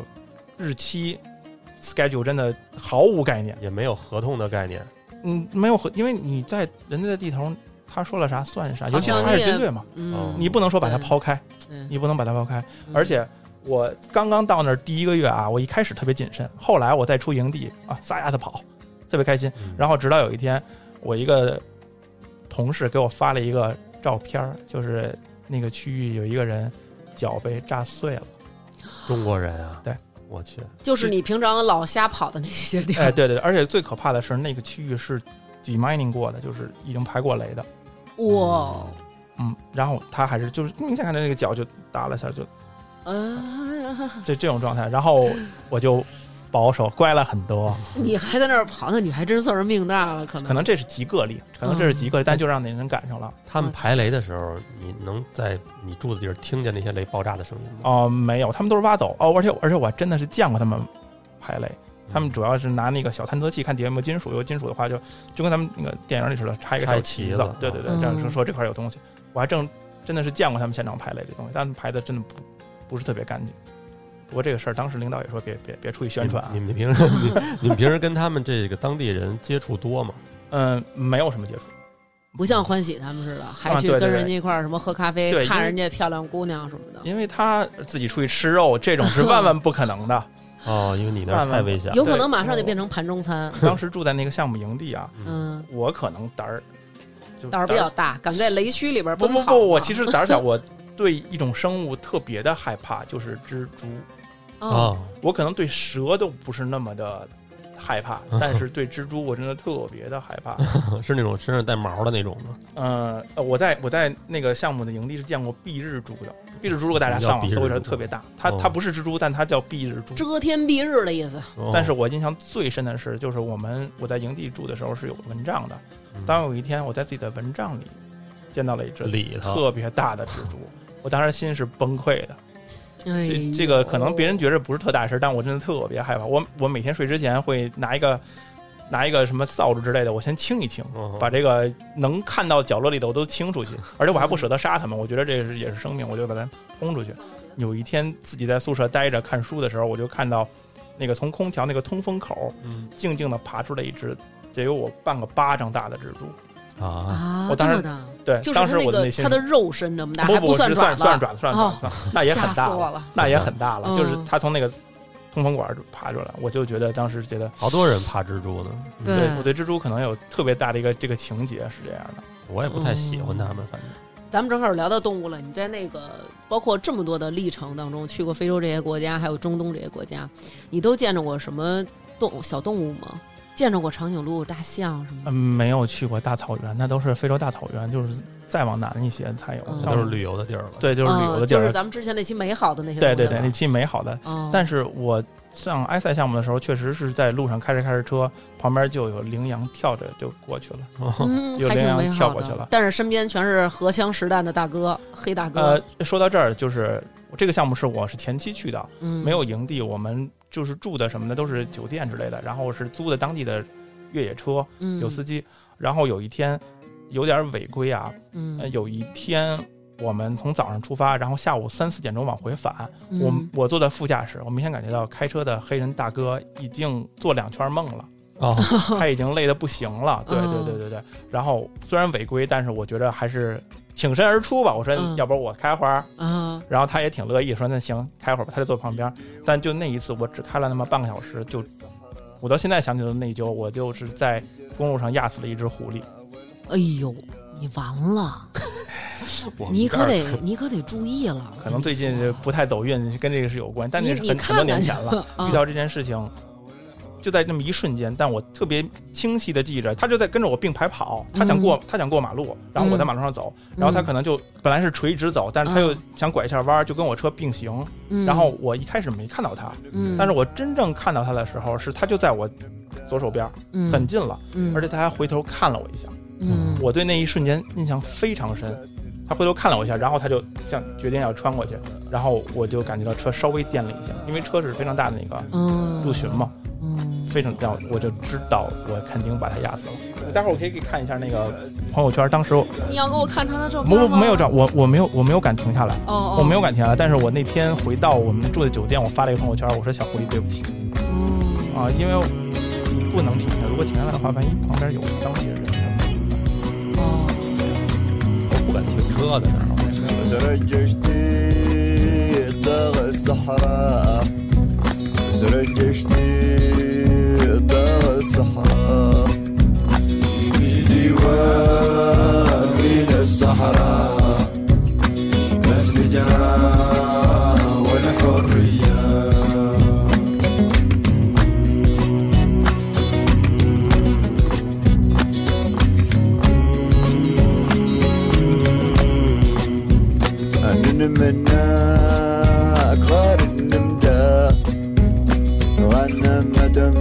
日期 schedule 真的毫无概念，
也没有合同的概念，
嗯，没有和，因为你在人家的地头，他说了啥算啥，尤其
好
是
像
他是
你也
军队嘛，
嗯，
你不能说把它
对
抛开，
对
你不能把它抛开，
嗯
而且。我刚刚到那儿第一个月啊，我一开始特别谨慎，后来我再出营地啊，撒丫子跑，特别开心。然后直到有一天，我一个同事给我发了一个照片儿，就是那个区域有一个人脚被炸碎了。
中国人啊，
对，
我去，
就是你平常老瞎跑的那些地
哎，
儿，
对对对，而且最可怕的是那个区域是 demining 过的，就是已经排过雷的。嗯
哇，
嗯，然后他还是就是明显看到那个脚就打了一下，就
哎
这这种状态，然后我就保守乖了很 多。
你还在那儿跑，那你还真算是命大了，可能
可能这是极个例，可能这是极个例，但就让那人赶上了。
他们排雷的时候，你能在你住的地儿听见那些雷爆炸的声音吗？
哦、没有，他们都是挖走。哦，而且而且我还真的是见过他们排雷。他们主要是拿那个小探测器看底下有没有金属，有金属的话就就跟咱们那个电影里似的，插一个
插
小
一
旗
旗
子
子，
对对对，
嗯
这样说说这块有东西。我还正真的是见过他们现场排雷这东西，但排的真的不不是特别干净。不过这个事儿，当时领导也说别别别出去宣传啊啊
你，们你们平时 你你们平时跟他们这个当地人接触多吗？
嗯，没有什么接触，
不像欢喜他们似的，还去
啊对对
跟
对
人家一块儿什么喝咖啡
对因，为
看人家漂亮姑娘什么的。
因为他自己出去吃肉这种是万万不可能的。
哦，因为你那
慢
儿
慢
太危险了。
有可能马
哦
上就变成盘中餐，
当时住在那个项目营地啊，
嗯，
我可能胆儿就
胆儿比较大，敢在雷区里边
不
奔
不
跑啊。
不，我其实胆儿小，我对一种生物特别的害怕，就是蜘蛛。
哦，
哦，
我可能对蛇都不是那么的害怕，但是对蜘蛛我真的特别的害怕。
是那种身上带毛的那种吗？
嗯、呃，我在我在那个项目的营地是见过避日蛛的，避日蛛如果大家上网搜一下，特别大。它它不是蜘蛛，但它叫避日蛛。
遮天蔽日的意思。
哦
但是我印象最深的是，就是我们我在营地住的时候是有蚊帐的。
嗯
当有一天我在自己的蚊帐里见到了一只
里头
特别大的蜘蛛，我当时心是崩溃的。
哎
这
呦，
这个可能别人觉着不是特大事儿，但我真的特别害怕。我我每天睡之前会拿一个拿一个什么扫帚之类的，我先清一清，
嗯
把这个能看到角落里的我都清出去，而且我还不舍得杀它们，我觉得这是也是生命，我就把它轰出去。有一天自己在宿舍待着看书的时候，我就看到那个从空调那个通风口
嗯
静静的爬出来一只，得有我半个巴掌大的蜘蛛。
啊，
啊，
我当时
这么大
对，
就是
当
它
时
那
我的
个
内心
它的肉身这么大，
不
还
不
算
是
爪
算
子，
算爪子算爪
哦
子，算那也很
吓
大
死
了
我了。
那也很大了，
嗯
就是他从那个通风管儿爬出来，我就觉得当时觉得，
好多人怕蜘蛛呢。嗯
对
对我对蜘蛛可能有特别大的一个这个情节是这样的。
我也不太喜欢他
嗯
们，反正
咱们正好聊到动物了，你在那个包括这么多的历程当中，去过非洲这些国家，还有中东这些国家，你都见着过什么动物小动物吗？见着过长颈鹿、大象什么的？
嗯，没有去过大草原，那都是非洲大草原，就是再往南一些才有，
嗯
像
那都是旅游的地儿了。，
对，就是旅游的地
嗯就
儿
是。咱们之前那期美好的那些
对对对，
东西
那
了
期美好的。
哦，
但是我上埃塞项目的时候，确实是在路上开着开着车，旁边就有羚羊跳着就过去了。
哦
嗯，
有
还挺
羚羊
美好
跳过
的
去了
但是身边全是荷枪实弹的大哥，黑大哥，
呃，说到这儿，就是这个项目是我是前期去的，
嗯，
没有营地，我们就是住的什么的都是酒店之类的，然后是租的当地的越野车，
嗯
有司机。然后有一天有点违规啊，
嗯
呃，有一天我们从早上出发，然后下午三四点钟往回返，
嗯
我我坐在副驾驶，我明显感觉到开车的黑人大哥已经做两圈梦 了，
哦，
他已经累得不行了。对对
嗯
对对对。然后虽然违规，但是我觉得还是挺身而出吧。我说
嗯，
要不然我开会儿。
啊，
然后他也挺乐意，说那行开会儿吧，他就坐旁边。但就那一次，我只开了那么半个小时，就我到现在想起来都内疚，我就是在公路上压死了一只狐狸。
哎呦，你完了，
我们
你
这
可
儿
得你可得注意了，我
可
跟
能
你
最近
说
就不太走运，跟这个是有关，但
你
那是
你
很很多
看看
年
去
前 了。
啊
遇到这件事情，就在那么一瞬间，但我特别清晰的记着，他就在跟着我并排跑，他想
嗯
过、他想过马路，然后我在马路上走，然后他可能就本来是垂直走，但是他又想拐一下弯儿，就跟我车并行，
嗯
然后我一开始没看到他，
嗯，
但是我真正看到他的时候，是他就在我左手边儿，
嗯
很近了，
嗯
而且他还回头看了我一下。
嗯
我对那一瞬间印象非常深，他回头看了我一下，然后他就像决定要穿过去，然后我就感觉到车稍微颠了一下，因为车是非常大的那个
嗯
陆巡嘛，
嗯
非常让我就知道我肯定把他压死了。待会儿我可以给你看一下那个朋友圈，当时我
你要给我看他的照片
没
吗？
没有照，我我没有我没有敢停下来。
哦，哦
我没有敢停下来，但是我那天回到我们住的酒店，我发了一个朋友圈，我说小狐狸对不起，
嗯
啊，因为你不能停下，如果停下来的话，万一旁边有当地人，
哦
我不敢停车在那儿。
أزرق جديد داغ الصحراء أزرق جديد داغ الصحراء في ديوان من الصحراء نسل جناه والحريه أنا منك غارد Alem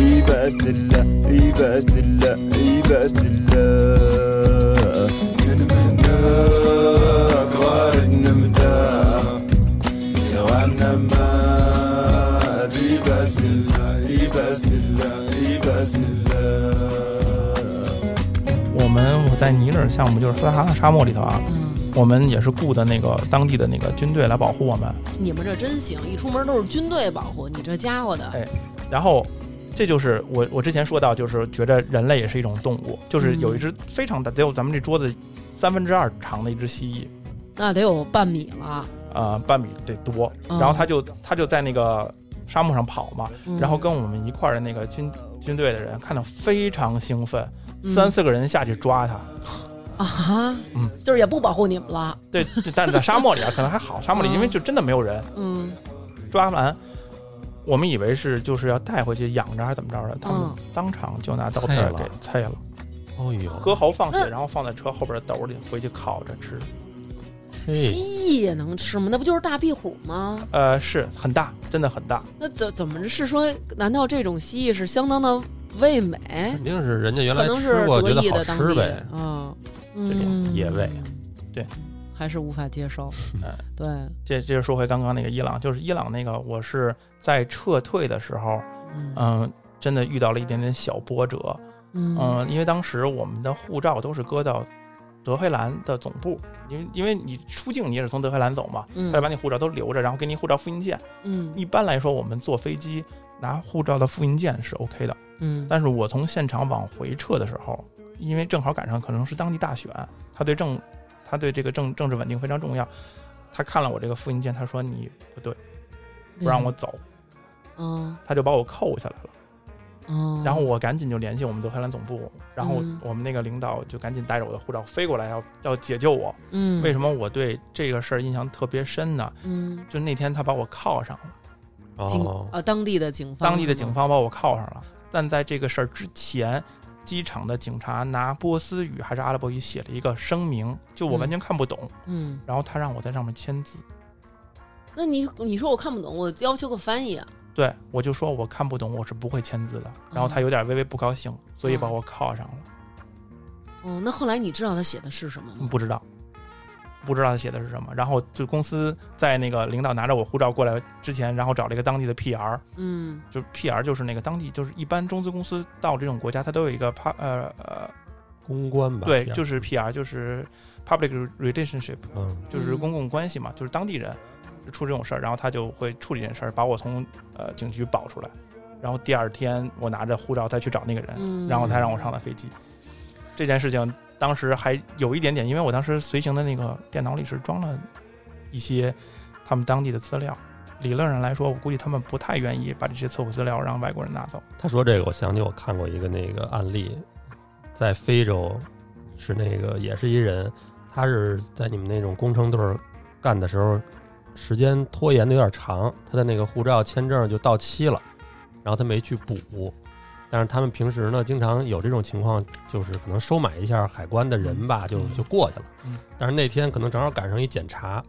İyi besdillah, iyi besdillah, iyi besdillah Gülümündük var nümdük يغنى ما دي بسم الله دي بسم الله دي بسم الله
我们我在尼日尔项目就是撒哈拉沙漠里头啊，
嗯，
我们也是雇的那个当地的那个军队来保护我们。
你们这真行，一出门都是军队保护，你这家伙的，
哎然后，这就是我我之前说到，就是觉着人类也是一种动物，就是有
嗯
一只非常大，得有咱们这桌子三分之二长的一只蜥蜴，
那得有半米了。
啊，半米得多。
嗯
然后它就它就在那个沙漠上跑嘛，
嗯
然后跟我们一块儿的那个军军队的人看到非常兴奋，
嗯
三四个人下去抓它。
啊哈，
嗯
就是也不保护你们了，
对，但是在沙漠里啊，可能还好，沙漠里
嗯
因为就真的没有人，
嗯
抓完，我们以为是就是要带回去养着还是怎么着的，他们
嗯
当场就拿刀片儿
菜了
给菜了，
哦呦，
割喉放血，
那
然后放在车后边的兜里回去烤着吃。
嘿，
蜥蜴也能吃吗？那不就是大壁虎吗？
呃，是很大，真的很大。
那怎怎么着是说？难道这种蜥蜴是相当的味美？
肯定是人家原
可
来
能
吃
是
过，
得
觉
意
得好
的当
吃
地
呗。
啊，
这种野味
对，
嗯还是无法接受
哎。
对，
这这就说回刚刚那个伊朗，就是伊朗那个，我是在撤退的时候，
嗯
嗯、真的遇到了一点点小波折，嗯、
嗯
因为当时我们的护照都是搁到德黑兰的总部，因为因为你出境你也是从德黑兰走嘛，他就
嗯
把你护照都留着，然后给你护照复印件，
嗯
一般来说，我们坐飞机拿护照的复印件是 OK 的，
嗯，
但是我从现场往回撤的时候，因为正好赶上可能是当地大选，他对政，他对这个政政治稳定非常重要。他看了我这个复印件，他说你不对，不让我走，
嗯
他就把我扣下来了。
嗯，
然后我赶紧就联系我们德黑兰总部，然后
嗯
我们那个领导就赶紧带着我的护照飞过来要要解救我。
嗯，
为
什
什么我对这个事儿印象特别深呢？
么？嗯，
就那天他把我铐上了。
警
哦，
啊，当地的警方，
当地的警，方把我铐上了。但在这个事儿之前，机场的警察拿波斯语还是阿拉伯语写了一个声明，就我完全看不懂。
嗯，
然后他让我在上面签字，
那你你说我看不懂，我要求个翻译啊，
对我就说我看不懂，我是不会签字的。然后他有点微微不高兴，所以
嗯
把我铐上了。
哦，那后来你知道他写的是什么吗？
嗯不知道，不知道他写的是什么。然后就公司在那个领导拿着我护照过来之前，然后找了一个当地的 PR，
嗯
就是 PR 就是那个当地就是一般中资公司到这种国家，它都有一个 pa 呃呃
公关吧，
对，
这样
就是 PR，就是 public relationship，
嗯，
就是公共关系嘛，就是当地人出这种事儿，然后他就会处理这件事儿，把我从呃警局保出来，然后第二天我拿着护照再去找那个人，
嗯，
然后才让我上的飞机。这件事情当时还有一点点，因为我当时随行的那个电脑里是装了一些他们当地的资料。理论上来说，我估计他们不太愿意把这些测绘资料让外国人拿走。
他说这个，我想起我看过一个那个案例，在非洲是那个也是一人，他是在你们那种工程队儿干的时候，时间拖延的有点长，他的那个护照签证就到期了，然后他没去补。但是他们平时呢，经常有这种情况，就是可能收买一下海关的人吧，就
嗯
就过去了
嗯。
但是那天可能正好赶上一检查，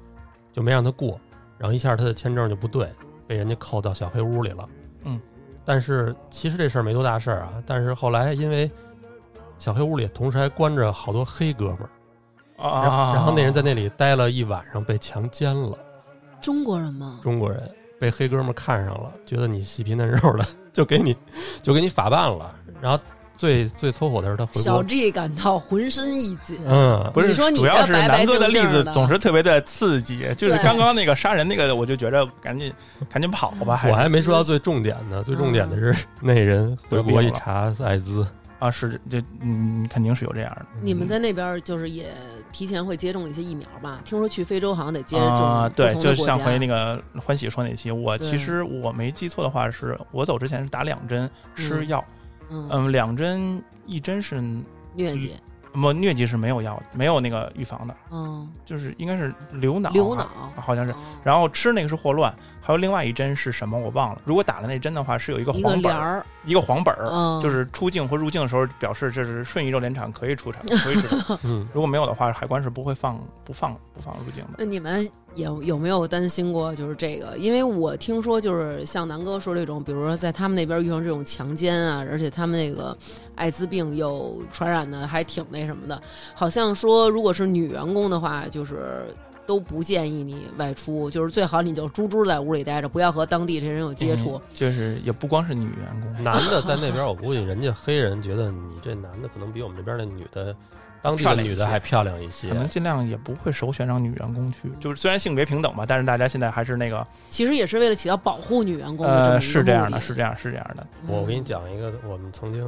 就没让他过，然后一下他的签证就不对，被人家扣到小黑屋里了。
嗯
但是其实这事儿没多大事儿啊。但是后来因为小黑屋里同时还关着好多黑哥们儿，
哦
啊
然后,、然后那人在那里待了一晚上，被强奸了。
中国人吗？
中国人被黑哥们儿看上了，觉得你细皮嫩肉的，就给你 就给你法办了。然后最最凑火的是他回
小
国，
G 感到浑身一 紧，
嗯，
不是，
你说你
主要
这
是
白白
南哥的
净
例
净
子
的
总是特别的刺 激，就是
对
刚刚那个杀人那个，我就觉着赶紧赶紧跑吧，还
我
是
还没说到最重点
嗯
呢，最重点的是那人回国一查艾滋，
啊是这嗯肯定是有这样的
你们在那边儿就是也提前会接种一些疫苗吧？听说去非洲好像得接种
啊、
不
对，
同
就
的国
上
家
回那个欢喜说那期，我
对
其实我没记错的话是，我走之前是打两针吃
嗯
药，
嗯，
嗯，两针一针是
疟疾，
么疟疾是没有药没有那个预防的，
嗯，
就是应该是流脑
流
啊
脑，
好像是。
哦
然后吃那个是霍乱，还有另外一针是什么我忘了。如果打了那针的话，是有一个
一个
黄本
帘
儿，
儿，
一个黄本儿，
嗯，
就是出境或入境的时候表示这是顺义肉联厂 可以出产，可以出产。
嗯，
如果没有的话，海关是不会放不放不放入境的。
那你们有有没有担心过就是这个？因为我听说就是像南哥说这种，比如说在他们那边遇上这种强奸啊，而且他们那个艾滋病又传染的还挺那什么的，好像说如果是女员工的话，就是。都不建议你外出，就是最好你就猪猪在屋里待着，不要和当地这人有接触。
嗯就是也不光是女员工，
男的在那边，我估计人家黑人觉得你这男的可能比我们这边那女的，当地
漂
的
亮一
女的
些
还漂亮一些
可。能尽量也不会首选让女员工去。就是虽然性别平等吧，但是大家现在还是那个
其实也是为了起到保护女员工的这么一
呃，
个
是这样
目
的，
的嗯
是这样，是这样的。
我给你讲一个，我们曾经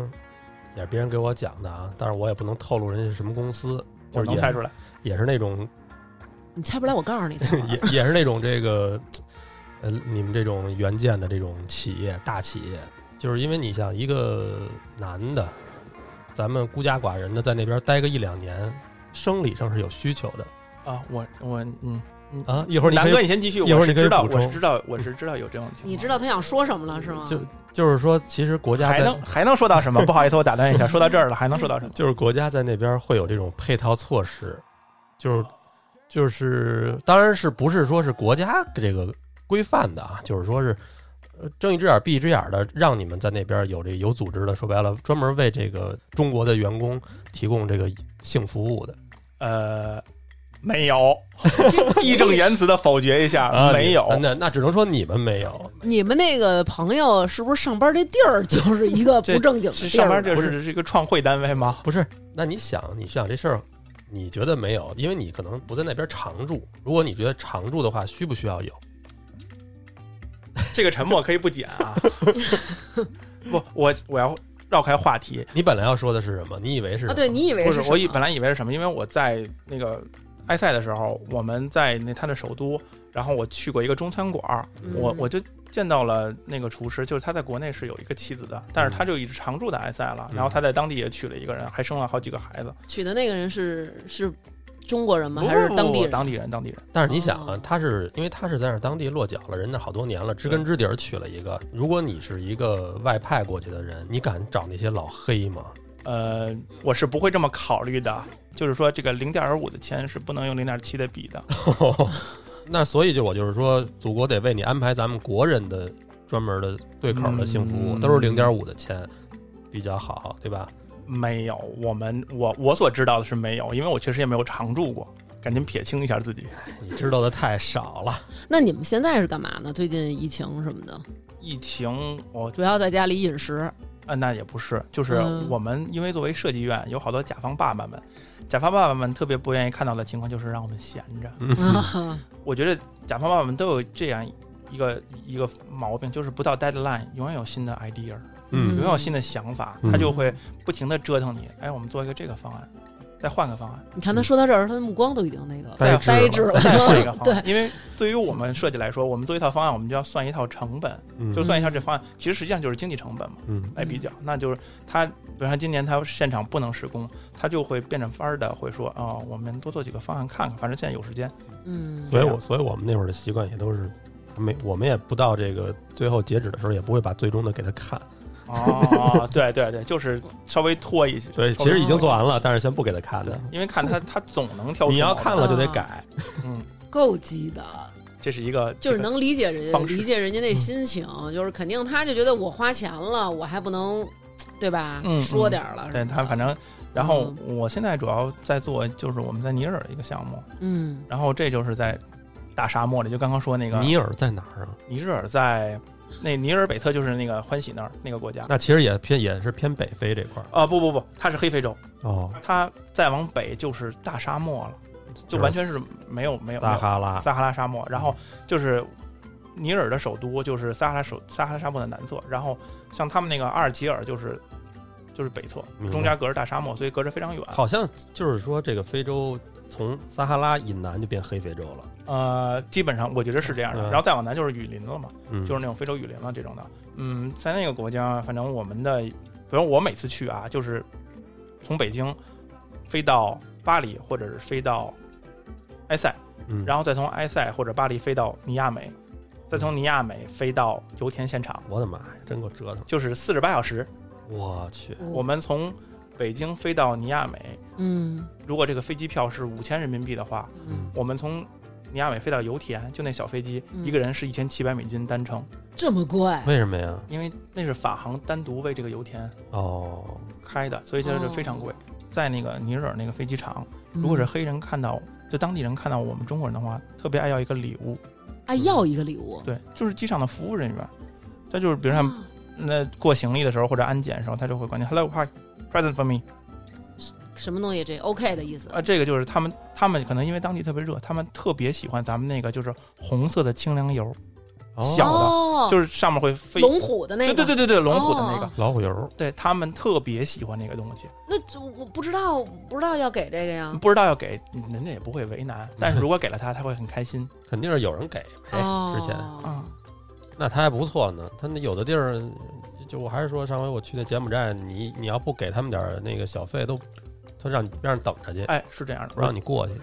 也是别人给我讲的啊，但是我也不能透露人家是什么公司，
我
就是
能
也
猜出来，
也是那种
你猜不来，我告 诉你的。
也也是那种这个，呃，你们这种原件的这种企业大企业，就是因为你想一个男的，咱们孤家寡人的在那边待个一两年，生理上是有需求的
啊，我我嗯，
啊。一会儿你
南
可
哥
以，
你先继续，
一会儿
我是
你可以
知道，
补
我
充
是知道，我是知道有这种情况，
你知道他想说什么了是吗？
就就是说，其实国家
还
在
能还能说到 什么？不好意思，我打断一下，说到这儿了，还能说到什么？
就是国家在那边会有这种配套措施，就是就是，当然是不是说是国家这个规范的啊，就是说是。呃睁一只眼闭一只眼的，让你们在那边有这有组织的，说白了，专门为这个中国的员工提供这个性服务的
呃，没有，
这
义正言辞的否决一下，啊没有
啊你。那那只能说你们没有，
你们那个朋友是不是上班这地儿就是 一个
这
不正经的地
是
儿？
上班这
不
是是一个创汇单位吗？
不是？那你想，你想这事儿，你觉得没有？因为你可能不在那边常住。如果你觉得常住的话，需不需要有？
这个沉默可以不剪啊。 不，我我要绕开话题，
你本来要说的是什么？你以为是什么
啊，对你以为
不
是
是
什么
我以本来以为是什么，因为我在那个埃塞的时候，我们在那他的首都，然后我去过一个中餐馆儿，
嗯
我我就见到了那个厨师，就是他在国内是有一个妻子的，但是他就一直常住在埃塞了，
嗯
然后他在当地也娶了一个人，还生了好几个孩子，
娶的那个人是是中国人吗？
不
还是
不
当
不
地人？
当地人，当地人。
但是你想啊
哦，
他是因为他是在那儿当地落脚了，人家好多年了，知根知底儿娶了一个。如果你是一个外派过去的人，你敢找那些老 黑吗？
呃，我是不会这么考虑的，就是说这个零点五的钱是不能用零点七的比的。
那所以就我就是说，祖国得为你安排咱们国人的专门的对口的性服务，
嗯
都是零点五的钱比较好，对吧？
没有，我们我我所知道的是没有，因为我确实也没有常住过。赶紧撇清一下自己。
你知道的太少 了。
那你们现在是干嘛呢？最近疫情什么的，
疫情，我
主要在家里 饮食。
啊，那也不是，就是
嗯
我们因为作为设计院，有好多甲方爸爸们，甲方爸爸们特别不愿意看到的情况就是让我们闲着。
啊
我觉得甲方爸爸们都有这样一个一个毛病，就是不到 deadline，永远有新的 idea，
嗯
永远有新的想法，
嗯
他就会不停的折腾你。哎，我们做一个这个方案，再换个方案，
你看他说到这儿，他的目光都已经那个
呆滞了
呆滞了。
再换一 个方
对
案。因为对于我们设计来说，我们做一套方案，我们就要算一套成本，
嗯
就算一下这方案，其实实际上就是经济成本嘛。
嗯
来比较，那就是他，比如说今年他现场不能施工，他就会变着法儿的会说啊、我们多做几个方案看看，反正现在有时间。
嗯，
所以我所以我们那会儿的习惯也都是。没，我们也不到这个最后截止的时候，也不会把最终的给他看。
哦， 对对对，就是稍微拖一些。
对，
稍
其
微
实已经
拖
做完了，但是先不给他看
一些。
的
对。，因为看他他总能挑出毛病。
你要看了就得改。
嗯，
够鸡的，
这是一个
就是
这个
能理解人家
方式嗯
理解人家那心情，就是肯定他就觉得我花钱了，我还不能，对吧？
嗯嗯
说点儿了什么的。
对他反正，然后
嗯
我现在主要在做就是我们在尼日尔一个项目，
嗯，
然后这就是在大沙漠里，就刚刚说那个
尼尔在哪儿啊？
尼日尔在那尼日尔北侧就是那个欢喜那儿那个国家。
那其实也偏也是偏北非这块儿
啊、不不不，它是黑非洲。
哦，
它再往北就是大沙漠了，就完全是没有没有
撒哈拉。嗯
撒哈拉沙漠，然后就是尼日尔的首都就是撒哈拉首撒哈拉沙漠的南侧，然后像他们那个阿尔及尔就是就是北侧
明，白
中间隔着大沙漠，所以隔着非常远。
好像就是说，这个非洲从撒哈拉以南就变黑非洲了，
呃，基本上我觉得是这样的，
嗯
然后再往南就是雨林了嘛，
嗯，
就是那种非洲雨林啊了这种的。嗯，在那个国家，反正我们的，比如我每次去啊，就是从北京飞到巴黎，或者是飞到埃塞。
嗯，
然后再从埃塞或者巴黎飞到尼亚美，再从尼亚美飞到油田现场，
我的妈呀，真够折腾！
就是四十八小时。
我去，
我们从北京飞到尼亚美，
嗯
如果这个飞机票是五千人民币的话，
嗯
我们从尼亚美飞到油田，就那小飞机，
嗯
一个人是一千七百美金单程，
这么贵，
为什么呀？
因为那是法航单独为这个油田
哦，
开的，所以这是
哦
非常贵。在那个尼日尔那个飞机场，
嗯
如果是黑人看到，就当地人看到我们中国人的话，特别爱要一个礼物，
哎要一个礼物，
对，就是机场的服务人员，他就是比如他们
啊
那过行李的时候或者安检的时候，他就会管你 Hello Hi。Present for me
什么东西这 OK 的意思
啊，这个就是他们，他们可能因为当地特别热，他们特别喜欢咱们那个就是红色的清凉油，
哦
小的
哦，
就是上面会飞，
龙虎的那个，
对对对对对，龙虎的那个，
哦
老虎油，
对他们特别喜欢那个东西，
那这我不知道，不知道要给这个呀。
不知道要给人家也不会为难，但是如果给了他，他会很开心。
肯定是有人给
哎
呗。
哦，
之前
嗯，
那他还不错呢。他那有的地儿，就我还是说上回我去那柬埔寨，你你要不给他们点儿那个小费，都他让你边上等着去，
哎，是这样的，
不让你过去。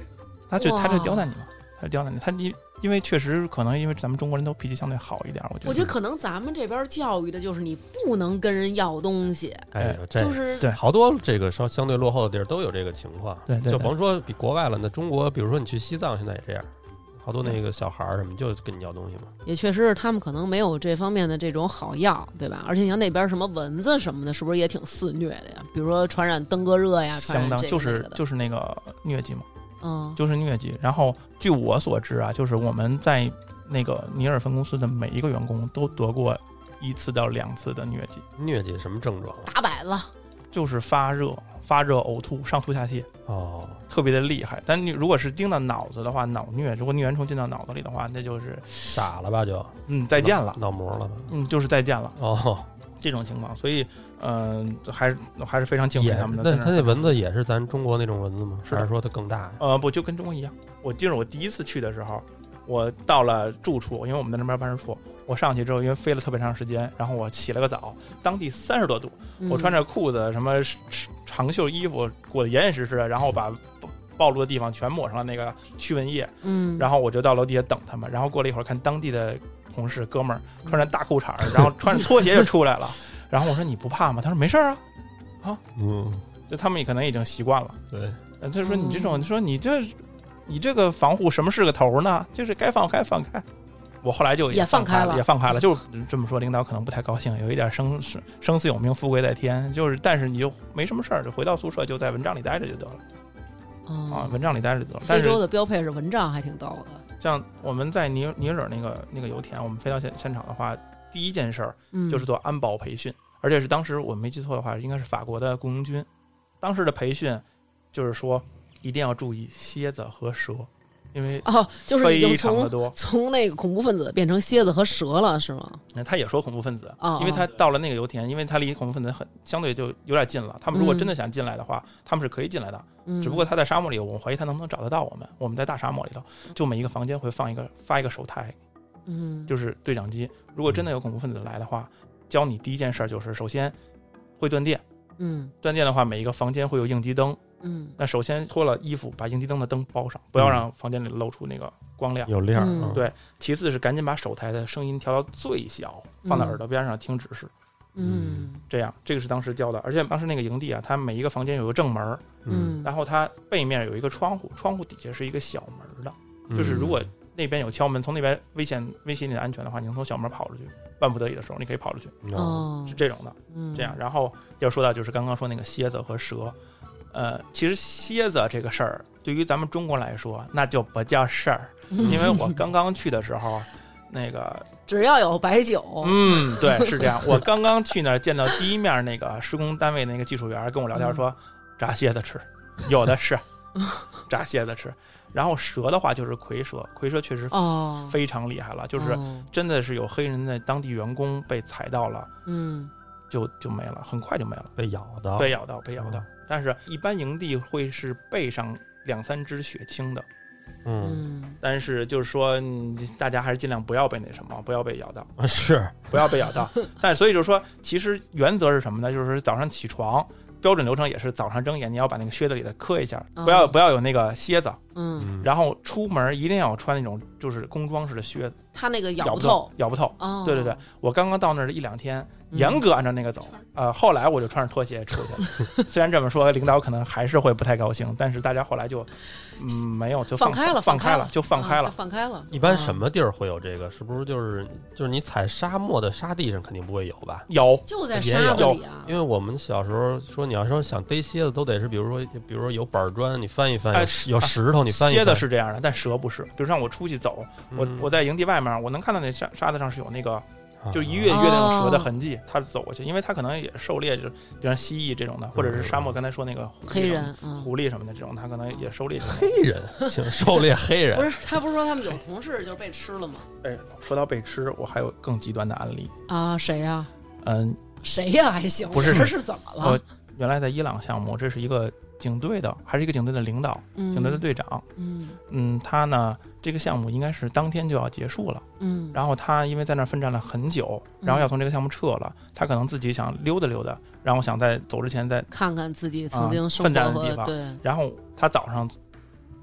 他就
哇
他就刁难你嘛，他就刁难你，他因因为确实可能因为咱们中国人都脾气相对好一点，我觉得。
我觉得可能咱们这边教育的就是你不能跟人要东西，
哎呦，这
就是
对
好多这个稍相对落后的地儿都有这个情况，
对对
就
对
甭说比国外了，那中国，比如说你去西藏，现在也这样，好多
嗯
那个小孩儿什么就跟你要东西嘛，
也确实是他们可能没有这方面的这种好药，对吧？而且你像那边什么蚊子什么的，是不是也挺肆虐的呀？比如说传染登革热呀，传
相
染
当
这个
就是
那个的
就是那个疟疾嘛，
嗯，
就是疟疾。然后据我所知啊，就是我们在那个尼尔分公司的每一个员工都得过一次到两次的疟疾，
疟疾什么症状？啊
打摆子，
就是发热、发热、呕吐、上吐下泻，
哦，
特别的厉害。但你如果是叮到脑子的话，脑疟，如果疟原虫进到脑子里的话，那就是
傻了吧就
嗯再见了，
脑膜了吧？
嗯就是再见了
哦，
这种情况。所以，嗯、还是还是非常敬佩
也
他们的。
那
在
他那蚊子也是咱中国那种蚊子吗？
是的
还是说它更大呀？
呃不就跟中国一样，我记得我第一次去的时候。我到了住处，因为我们在那边办事处。我上去之后，因为飞了特别长时间，然后我洗了个澡，当地三十多度，
嗯
我穿着裤子、什么长袖衣服裹得严严实实的，然后把暴暴露的地方全抹上了那个驱蚊液，
嗯，嗯，
然后我就到楼底下等他们，然后过了一会儿，看当地的同事哥们儿穿着大裤衩儿，然后穿着拖鞋就出来了，然后我说你不怕吗？他说没事儿啊，
嗯，
就他们也可能已经习惯了。
对，
呃他说
嗯
你这种，说你这你这个防护什么是个头儿呢？就是该放开放开。我后来就
也
放
放开
了，
了
也放开了，就是这么说，领导可能不太高兴，有一点生生生死有命，富贵在天，就是但是你就没什么事儿，就回到宿舍，就在蚊帐里待着就得了啊，
嗯，
蚊帐里待着就得了。但
非
是
洲的标配是蚊帐，还挺逗的。
像我们在尼尼日尔那个那个油田，我们飞到现现场的话，第一件事儿
嗯，
就是做安保培训，而且是当时我没记错的话，应该是法国的雇佣军，当时的培训就是说一定要注意蝎子和蛇，因为
哦，就是
非
已经
常的
从
多。
从那个恐怖分子变成蝎子和蛇了，是吗？
那嗯他也说恐怖分子
哦，
因为他到了那个油田，因为他离恐怖分子很相对就有点近了。他们如果真的想进来的话，他们是可以进来的，
嗯，
只不过他在沙漠里，我怀疑他能不能找得到我们。我们在大沙漠里头，就每一个房间会放一个发一个手台，
嗯，
就是对讲机。如果真的有恐怖分子来的话，教你第一件事儿就是首先会断电。
嗯
断电的话，每一个房间会有应急灯。
嗯
那首先脱了衣服，把应急灯的灯包上，不要让房间里露出那个光亮。
有链儿
嗯
嗯
对其次是赶紧把手台的声音调到最小，放到耳朵边上听指示。
嗯
这样，这个是当时教的。而且当时那个营地啊，它每一个房间有个正门儿，
嗯，
然后它背面有一个窗户，窗户底下是一个小门儿的。就是如果那边有敲门，从那边危险威胁你的安全的话，你能从小门跑出去。万不得已的时候，你可以跑出去，
嗯哦
哦
是，这种的。
嗯
这样，，然后要说到就是刚刚说那个蝎子和蛇，呃，其实蝎子这个事儿对于咱们中国来说那就不叫事 儿，因为我刚刚去的时候，那个，
只要有白酒，
嗯，对，是这 样，我刚刚去那儿见到第一面那个施工单位那个技术员儿跟我聊
嗯
天说，炸蝎子吃，有的是，炸蝎子吃，然后蛇的话就是蝰蛇，蝰蛇确实
哦，
非常厉害了，就是
哦
真的是有黑人的当地员工被踩到了，
嗯
就就没了，很快就没了。
被咬的，
被咬到，被咬到
哦。
但是，一般营地会是备上两三只血清的，
嗯，
嗯
但是就是说，嗯大家还是尽量不要被那什么，不要被咬到，
啊是，
不要被咬到。 但是，所以就是说，其实原则是什么呢？就是早上起床，标准流程也是早上睁眼，你要把那个靴子里的磕一下，不要
哦
不要有那个蝎子，
嗯，
嗯，
然后出门一定要穿那种就是工装式的靴子，
它那个
咬
咬不
透
透，，
咬不透。
哦，
对对对，我刚刚到那儿一两天，
嗯
严格按照那个走。呃，后来我就穿着拖鞋出去了 虽然这么说，领导可能还是会不太高兴，但是大家后来就，嗯，没有就
放
放
开了
放
放开
了
了，
就放开
啊
了
就。放开了。
一般
嗯
什？么地儿会有这个？是不是就是就是你踩沙漠的沙地上肯定不会有吧？
有，
就在
也
沙子
有
里啊
因，为我们小时候说，你要说想逮蝎子，都得是比如说，比如说有板砖，你翻一翻；
哎
有石有石头，你翻一
蝎
翻。
子是这样的，但蛇不是。比如像我出去走，我
嗯
我在营地外面，我能看到那沙沙子上是有那个就一跃一
啊
跃那种蛇
哦
的痕迹，它走过去，因为它可能也狩猎，就是比如像蜥蜴这种的，或
嗯
者是沙漠刚才说那个狐狸
黑
什么
人，嗯，
狐狸什么的这种，它可能也狩猎这种。
黑人，行，狩猎黑
不
人。
是他不是说他们有同事就是被吃了吗？
哎，说到被吃，我还有更极端的案例。
啊，谁呀？
嗯，
谁呀？还行，
不是
这是怎么了
我？原来在伊朗项目，这是一个警队的，还是一个警队的领导，
嗯
警队的队长。
嗯
嗯，他呢，这个项目应该是当天就要结束了。
嗯，
然后他因为在那儿奋战了很久，然后要从这个项目撤了，他可能自己想溜达溜达，然后想在走之前再，
看看自己曾经
啊
生
奋战
活
的
和
地方
对，
然后他早上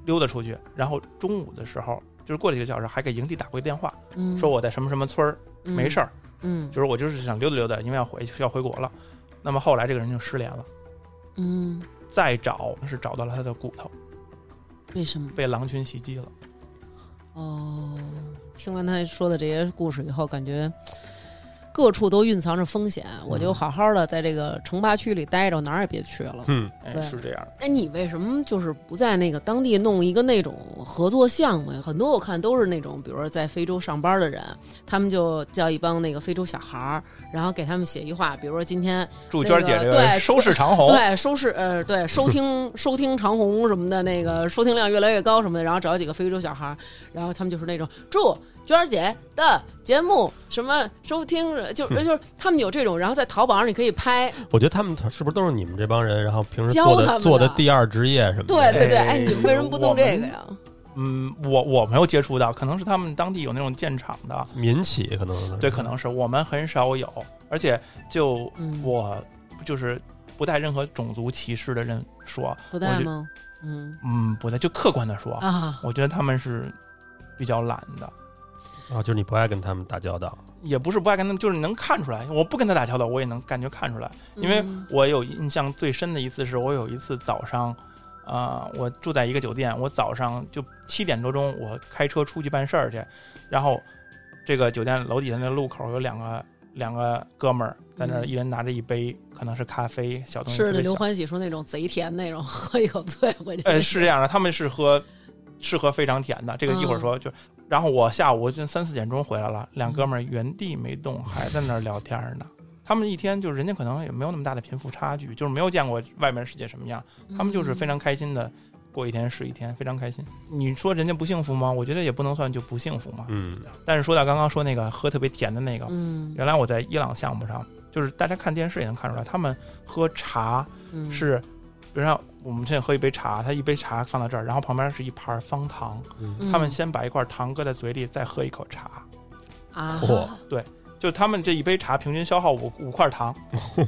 溜达出去，然后中午的时候，就是过了几个小时，还给营地打过一电话，
嗯，
说我在什么什么村儿没事
儿，
儿，
嗯
就是我就是想溜达溜达，因为要回要回国了。那么后来这个人就失联了，
嗯，
再找是找到了他的骨头，
为什么？
被狼群袭击了。
哦，听完他说的这些故事以后，感觉各处都蕴藏着风险，我
嗯
就好好的在这个城八区里待着，哪儿也别去了。
嗯，
哎，
对
是这样的。
那你为什么就是不在那个当地弄一个那种合作项目呀？很多我看都是那种，比如说在非洲上班的人，他们就叫一帮那个非洲小孩儿，然后给他们写一话，比如说今天
祝娟儿姐这
那个对
收视长虹，
对，收视呃，对，收听收听长虹什么的，那个收听量越来越高什么的，然后找几个非洲小孩儿，然后他们就是那种祝娟儿姐的节目什么收听，就就是他们有这种，然后在淘宝上你可以拍，
我觉得他们是不是都是你们这帮人？然后平时
教
做
他们
的
的
做的第二职业什么的？
对对对，哎，
哎
你们为什么不弄这个呀？
嗯，我我没有接触到，可能是他们当地有那种建厂的，
民企可能是
对，可能是我们很少有，而且就
嗯，
我就是不带任何种族歧视的人说，
不带
我就
吗？嗯
嗯，不带，就客观的说，
啊，
我觉得他们是比较懒的，
啊，就是你不爱跟他们打交道。
也不是不爱跟他们，就是能看出来，我不跟他打交道，我也能感觉看出来，因为
嗯
我有印象最深的一次是我有一次早上，啊、我住在一个酒店，我早上就七点多钟，我开车出去办事儿去，然后这个酒店楼底下那路口有两个两个哥们儿在那儿，
嗯
一人拿着一杯，可能是咖啡小东西，
是
特
的，
别
刘
小，
欢喜说那种贼甜那种， 喝一口醉回去。
呃，是这样的，他们是喝是喝非常甜的，这个一会儿说就。然后我下午就三四点钟回来了，两哥们儿原地没动，还在那儿聊天呢。他们一天就是人家可能也没有那么大的贫富差距，就是没有见过外面世界什么样，他们
嗯
就是非常开心的过一天是一天，非常开心。你说人家不幸福吗？我觉得也不能算就不幸福嘛。
嗯，
但是说到刚刚说那个喝特别甜的那个，
嗯，
原来我在伊朗项目上，就是大家看电视也能看出来，他们喝茶
嗯
是，比如像我们现在喝一杯茶，他一杯茶放到这儿，然后旁边是一盘方糖，
嗯
他们先把一块糖搁在嘴里，再喝一口茶。
啊，
嚯
就他们这一杯茶平均消耗五五块糖，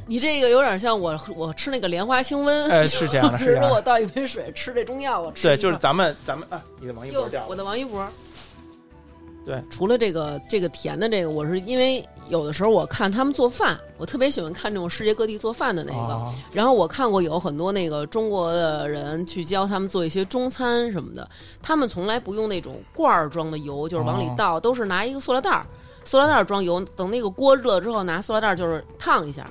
你这个有点像我我吃那个莲花清瘟，
哎，是这样的，是
是
这
说
样
我
的，
倒一杯水，吃这中药，我嗯吃
对，
一
就是
半
咱们咱们啊，你的王一博
哟
掉，了
我，的王一博。
对，
除了这个这个甜的这个，我是因为有的时候我看他们做饭，我特别喜欢看这种世界各地做饭的那个。
啊
然后我看过有很多那个中国的人去教他们做一些中餐什么的，他们从来不用那种罐儿装的油，就是往里
哦
倒，都是拿一个塑料袋儿，塑料袋儿装油，等那个锅热了之后，拿塑料袋儿就是烫一
嗯
下，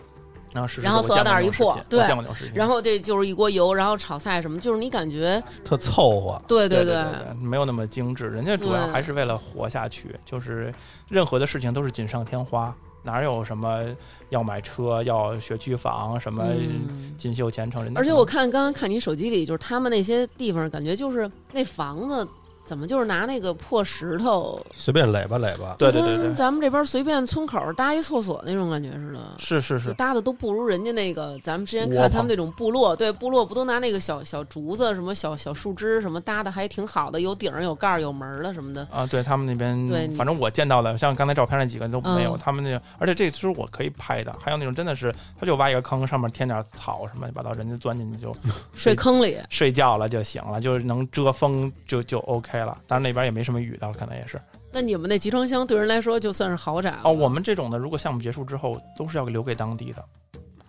然后是，
然后塑料袋儿一破对
我见过那种视频，
然后这就是一锅油，然后炒菜什么，就是你感觉
特凑合。
对
对
对，
对，没有那么精致，人家主要
对
还是为了活下去，就是任何的事情都是锦上添花，哪有什么要买车、要学区房、什么
嗯
锦绣前程？人家
而且
可能
我看刚刚看你手机里，就是他们那些地方，感觉就是那房子怎么就是拿那个破石头，嗯
随便垒吧垒吧。
对对对对，
咱们这边随便村口搭一厕所那种感觉似的，
是是，
就是搭的都不如人家那个。咱们之前
窝
看
棚
他们那种部落，对部落不都拿那个小小竹子、什么小小树枝什么搭的，还挺好的，有顶儿、有盖儿、有门儿的什么的。
啊，对他们那
对
边，
你
反正我见到的，像刚才照片那几个都没有，
嗯
他们那，而且这是我可以拍的，还有那种真的是，他就挖一个坑，上面添点草什么乱七八糟，人家钻进去就
睡坑里，
睡觉了就行了，就是能遮风就就 OK 了。当然那边也没什么雨的，可能也是。
那你们那集装箱对人来说就算是豪宅了
哦，我们这种的，如果项目结束之后，都是要留给当地的。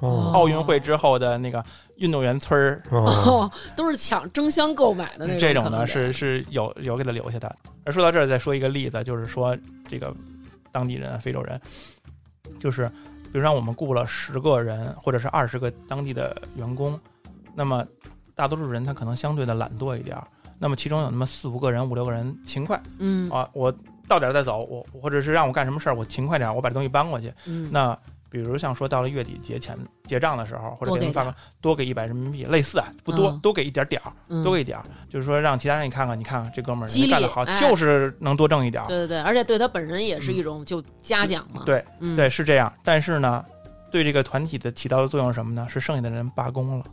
哦
奥运会之后的那个运动员村儿，
哦，
哦， 都是抢争相购买的那
嗯这种
种可能
呢是是有有给他留下的。而说到这儿，再说一个例子，就是说这个当地人啊，非洲人，就是比如让我们雇了十个人或者是二十个当地的员工，那么大多数人他可能相对的懒惰一点儿，那么其中有那么四五个人、五六个人勤快
嗯
啊，我到点儿再走，我我或者是让我干什么事儿，我勤快点儿，我把这东西搬过去。
嗯，
那比如像说到了月底结钱结账的时候，或者
多
给他
给
们发
点
个多给一百人民币，类似啊，不多、
嗯
多给一点点儿，
嗯
多给一点儿，就是说让其他人你看看，你看看这哥们儿
激
人
励
家干得好，
哎
就是能多挣一点儿，
对对对，而且对他本人也是一种就嘉奖嘛。
嗯对
嗯
对，是这样。但是呢，对这个团体的起到的作用是什么呢？是剩下的人罢工了，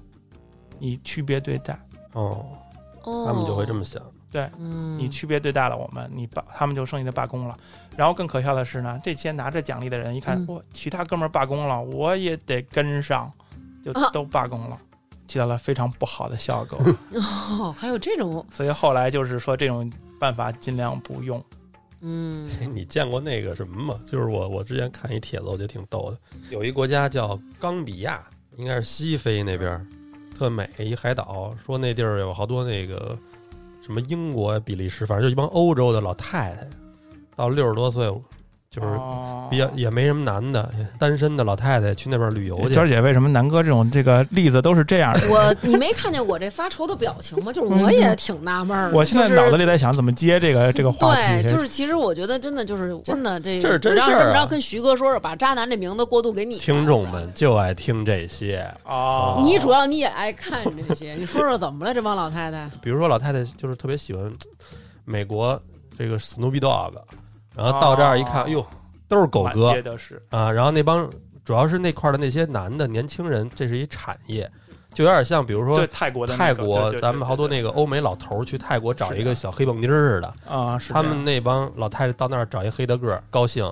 你区别对待，
哦，
哦，
他们就会这么想。
嗯，
你区别对待了我们，你罢他们就剩下的罢工了。然后更可笑的是呢，这些拿着奖励的人一看
嗯，
我、其他哥们儿罢工了，我也得跟上，就
啊
都罢工了，起到了非常不好的效 果。
哦，还有这种
所以后来就是说这种办法尽量不用。
嗯
哎， 你见过那个什么吗？就是我我之前看一帖子，我觉得挺逗的。有一国家叫冈比亚，应该是西非那边儿，特美一海岛，说那地儿有好多那个什么英国、比利时，反正就一帮欧洲的老太太，到六十多岁，就是
哦
比较、也没什么男的，单身的老太太去那边旅游去
娟。儿姐为什么南哥这种这个例子都是这样 的？
我你没看见我这发愁的表情吗？就是我也挺纳闷儿的，
嗯我现在
就是
脑子里在想怎么接这个这个话题。
对，就是其实我觉得真的就是真的这
这是真
让
事儿啊
这么着跟徐哥说说，把渣男这名字过渡给你。
听众们就爱听这些，
哦，
你主要你也爱看这些，你说说怎么了？这帮老太太，
比如说老太太就是特别喜欢美国这个 Snoopy Dog，然后到这儿一看，
哦
哟、都是狗
满
哥
街都是
啊，然后那帮主要是那块儿的那些男的年轻人，这是一产业，就有点像比如
对
说。
泰国的那
泰
个
国
对，对对
咱们好多
对
那个欧美老头儿去泰国找
是
一
的
个小黑蹦迪儿似的，
对啊，是这
他
样
们那帮老太太到那儿找一黑大个儿高兴，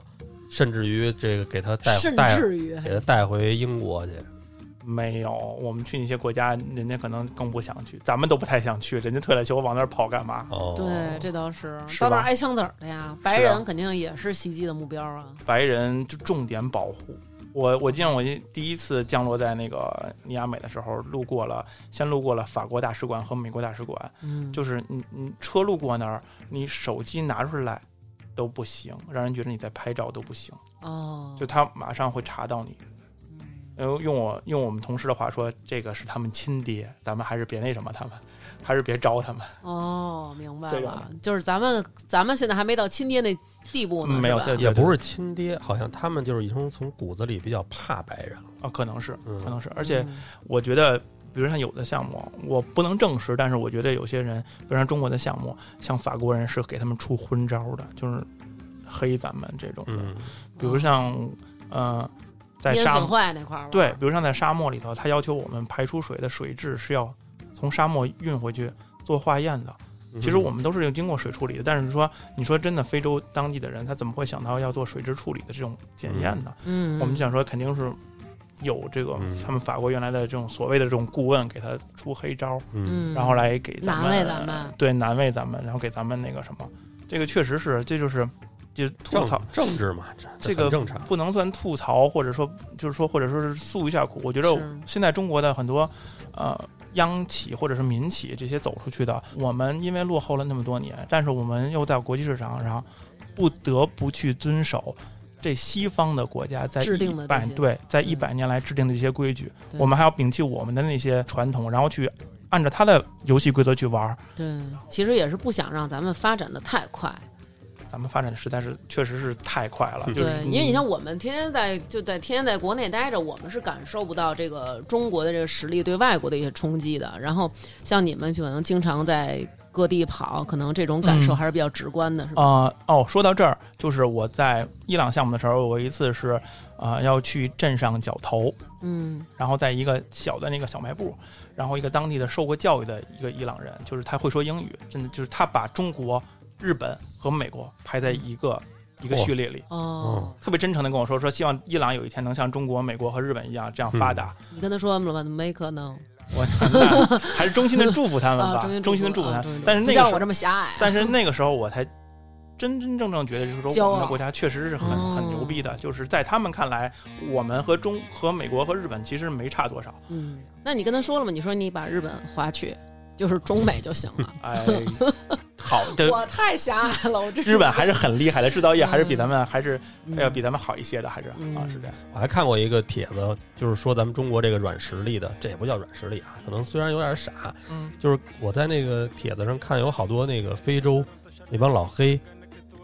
甚至于这个给他带
甚
带
至于
给他带回英国去。
没有，我们去那些国家，人家可能更不想去，咱们都不太想去，人家退了休往那儿跑干嘛？
哦，
对，这倒是
是
到那儿
吧
挨枪子儿的呀，白
是啊
人肯定也是袭击的目标啊。
白人就重点保护。我我记得我第一次降落在那个尼亚美的时候，路过了，先路过了法国大使馆和美国大使馆，
嗯，
就是你你车路过那儿，你手机拿出来都不行，让人觉得你在拍照都不行，
哦，
就他马上会查到你。然后用我用我们同事的话说，这个是他们亲爹，咱们还是别那什么他们， 还是别招他们。
哦，明白
这种
了，就是咱们咱们现在还没到亲爹那地步呢，
嗯没有
是吧
对
也不是亲爹，好像他们就是已经从骨子里比较怕白人了。
啊，可能是，可
嗯，
能是，而且
嗯
我觉得，比如像有的项目，我不能证实，但是我觉得有些人，比如像中国的项目，像法国人是给他们出昏招的，就是黑咱们这种的。
嗯，
比
哦
如像，呃，在
烟
沙
损
漠，
坏那块儿吧，
对，比如像在沙漠里头，他要求我们排出水的水质是要从沙漠运回去做化验的。
嗯
其实我们都是经过水处理的，但是说，你说真的，非洲当地的人他怎么会想到要做水质处理的这种检验呢？
嗯，
我们想说肯定是有这个
嗯
他们法国原来的这种所谓的这种顾问给他出黑招，
嗯，
嗯，
然后来给咱们
难为咱们
对难为咱们，然后给咱们那个什么，这个确实是，这就是就吐
政
槽。
政治嘛，这
这个
很正常。
不能算吐槽，或者说就是说，或者说是诉一下苦。我觉得
是
现在中国的很多，呃，央企或者是民企这些走出去的，我们因为落后了那么多年，但是我们又在国际市场上不得不去遵守这西方的国家在
制定的
一百
这些
对在
嗯
一百年来制定的这些规矩，
对
我们还要摒弃我们的那些传统，然后去按照他的游戏规则去玩儿。
对，其实也是不想让咱们发展的太快，
咱们发展实在是确实是太快 了，
嗯
就是
对，因为你像我们天天在就在天天在国内待着，我们是感受不到这个中国的这个实力对外国的一些冲击的。然后像你们可能经常在各地跑，可能这种感受
嗯
还是比较直观的，是吧？
啊、哦，说到这儿，就是我在伊朗项目的时候，我一次是啊、呃要去镇上绞头，
嗯
然后在一个小的那个小卖部，然后一个当地的受过教育的一个伊朗人，就是他会说英语，真的就是他把中国、日本和美国排在一个一个序列里。
哦，
特别真诚的跟我说，说希望伊朗有一天能像中国、美国和日本一样这样发达。
你跟他说了吗？没可能
我那还是衷心的祝福他们
啊，
吧，衷心的
祝
祝福
啊
他
衷
们。
心
但是那
祝不像
个时
我
候
这么狭隘啊，
但是那个时候我才真真正正觉得，就是
骄
说
傲
我们的国家确实是很
哦
很牛逼的，就是在他们看来，我们和中和美国和日本其实没差多少。
嗯，那你跟他说了吗？你说你把日本划去，就是中美就行 了。
哎，好的，
我太狭隘了，我这
呃日本还是很厉害的，制造业
嗯
还是比咱们还是哎
嗯
要比咱们好一些的，还是
嗯
啊是这样。
我还看过一个帖子，就是说咱们中国这个软实力的，这也不叫软实力啊，可能虽然有点傻，
嗯
就是我在那个帖子上看有好多那个非洲那帮老黑，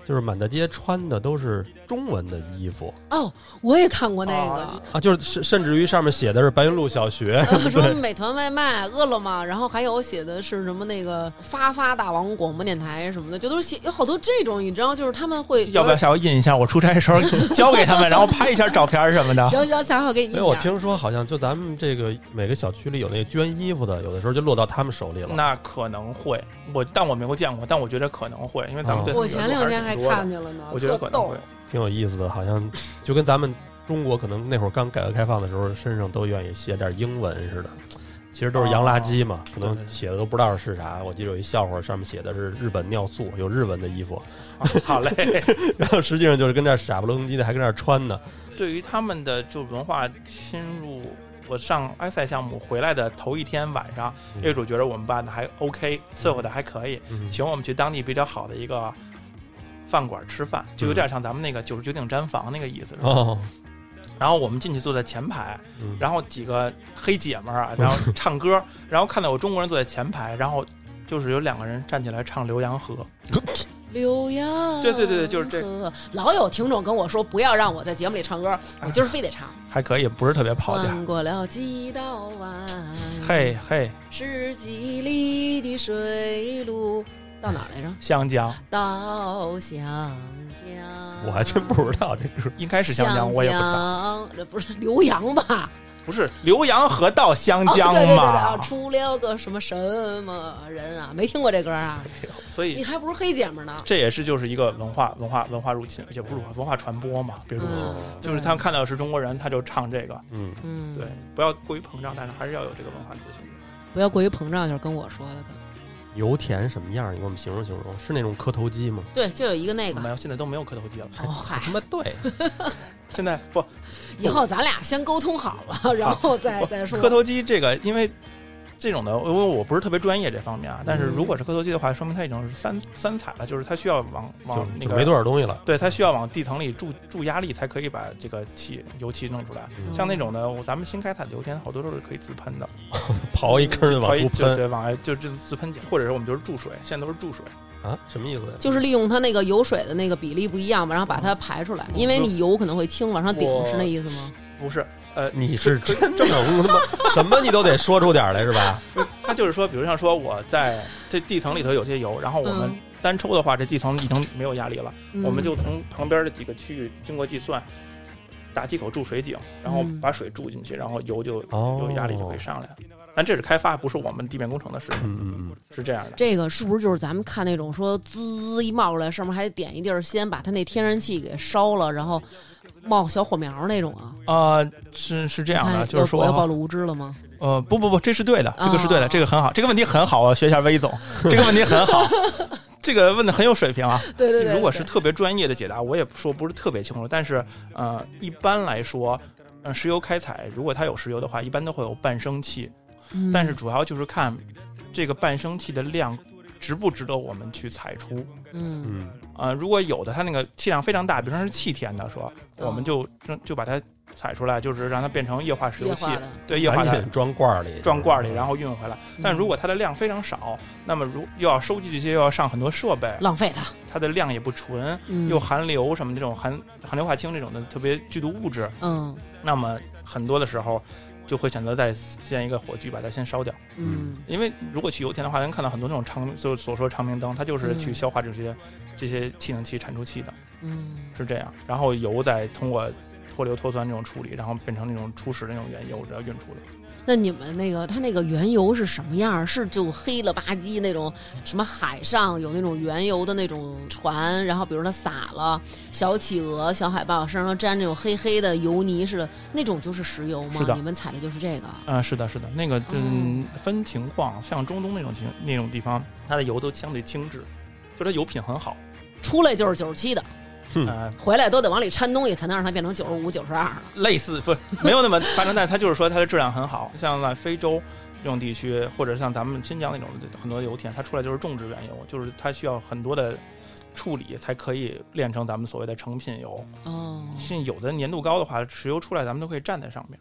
就是满大街穿的都是中文的衣服
哦，我也看过那个。
啊
啊，就是甚甚至于上面写的是白云路小 学，
呃什么美团外卖、饿了么，然后还有写的是什么那个发发大王广播电台什么的，就都是写有好多这种，你知道，就是他们会
要不要下回印一下？我出差的时 候交给他们，然后拍一下照片什么的。
行行，下回我给你
因
哎
为
印
我
点儿
听说好像就咱们这个每个小区里有那个捐衣服的，有的时候就落到他们手里了。
那可能会，我但我没有见过，但我觉得可能会，因为咱们
哦
对他们
我前两天还
有多的
看见了呢，
我觉得
特
可能
逗
会。
挺有意思的，好像就跟咱们中国可能那会儿刚改革开放的时候，身上都愿意写点英文似的。其实都是洋垃圾嘛，可
对对
能
对
写的都不知道是啥。我记得有一笑话，上面写的是日本尿素，有日文的衣服，
好啊好嘞。
然后实际上就是跟这儿傻不愣叽的，还跟这儿穿呢。
对于他们的就文化侵入，我上埃塞项目回来的头一天晚上，
嗯
业主觉得我们办的还 OK，伺候的还可以，
嗯
请我们去当地比较好的一个饭馆吃饭，就有点像咱们那个九十九顶毡房那个意思。
嗯哦，
然后我们进去坐在前排，
嗯
然后几个黑姐们
哦
儿啊，然后唱歌， 然后看到有中国人坐在前排，然后。就是有两个人站起来唱《浏阳河》，
浏阳，
对对对对就是这
个。老有听众跟我说，不要让我在节目里唱歌，我今儿非得唱。
还可以，不是特别跑调。
穿过了几道弯，
嘿嘿，
十几里的水路，到哪儿来着？
湘江
到湘江。
我还真不知道这歌。
应该是湘江，我也不知道，
湘江这不是浏 阳吧？
不是浏阳河到湘
哦，对
江
对对对对
嘛
啊，？出了个什么什么人啊？没听过这歌啊？
哎所
你
以
还不如黑姐们呢。
这也是就是一个文化文化文化入侵，也不是文化文化传播嘛，别入侵。
嗯，
就是他看到是中国人，他就唱这个。
嗯，
嗯，
对，不要过于膨胀，但是还是要有这个文化自信。
不要过于膨胀，就是跟我说的可能。
油田什么样？你给我们形容形容，是那种磕头机吗？
对，就有一个那个
没。有，现在都没有磕头机了。
哦嗨，
他妈对，
现在 不
以后咱俩先沟通好 了，然后再
不
哎再说。
磕头机这个，因为这种的，因为我不是特别专业这方面啊。但是
嗯
如果是磕头机的话，说明它已经是三三彩了，就是它需要往往
就
那
就
个
没多少东西了。
对，它需要往地层里注注压力，才可以把这个气油气弄出来。
嗯
像那种的，我咱们新开采的油田，好多都是可以自喷的，
刨一坑就往
对
出喷
对，往外就自自喷井，或者是我们就是注水，现在都是注水。
啊？什么意思呀？
就是利用它那个油水的那个比例不一样嘛，然后把它排出来，因为你油可能会轻往上顶，
我
是那意思吗？
不是，呃，
你是真整他妈什么你都得说出点儿来是吧？
它就是说，比如像说我在这地层里头有些油，然后我们单抽的话，这地层已经没有压力了，
嗯
我们就从旁边的几个区域经过计算，打几口注水井，然后
嗯
把水注进去，然后油就
哦，
有压力就可以上来了。
哦
但这是开发，不是我们地面工程的事情，
嗯嗯嗯，
是这样的。
这个是不是就是咱们看那种说滋一冒出来，上面还得点一地儿，先把它那天然气给烧了，然后冒小火苗那种啊？
呃，是是这
这
样的，就是说
我要暴露无知了吗？
呃，不不不，这是对的，这个是对的，
哦
这个很好，这个问题很好啊，学一下威 总，这个问题很好，这个问的很有水平啊。
对对对
如果是特别专业的解答，我也说不是特别清楚，但是呃，一般来说，呃，石油开采如果它有石油的话，一般都会有伴生气，
嗯
但是主要就是看这个伴生气的量值不值得我们去采出。
嗯
嗯
呃，如果有的它那个气量非常大，比如说是气田的说，我
哦
们就就把它采出来，就是让它变成液化石油
液
气
化，的，
对液化
赶
的
紧装罐儿里，
嗯装罐里，然后运回来。但如
嗯
果它的量非常少，那么如又要收集这些，又要上很多设备，
浪费它，
它的量也不纯，
嗯
又含硫什么这种含含硫化氢这种的特别剧毒物质，
嗯
那么很多的时候就会选择在建一个火炬把它先烧掉。
嗯
因为如果去油田的话，能看到很多那种长，就是所说长明灯，它就是去
嗯
消化这些这些气能器、产出气的，
嗯
是这样。然后油再通过脱硫脱酸这种处理，然后变成那种初始那种原油，然后运出的。
那你们那个它那个原油是什么样儿？是就黑了吧唧那种，什么海上有那种原油的那种船，然后比如它撒了小企鹅、小海豹身上沾那种黑黑的油泥似的，那种就是石油吗
是？的
你们采的就是这个？
啊、是的，是的，那个嗯分情况，像中东那种情那种地方，它的油都相对精致，就它油品很好。
出来就是九十七的，
嗯，
呃，
回来都得往里掺东西才能让它变成九十五、九十二。
类似不没有那么夸张，但它就是说它的质量很好。像在非洲这种地区，或者像咱们新疆那种很多油田，它出来就是种植原油，就是它需要很多的处理才可以炼成咱们所谓的成品油。
哦，
像有的粘度高的话，石油出来咱们都可以站在上面，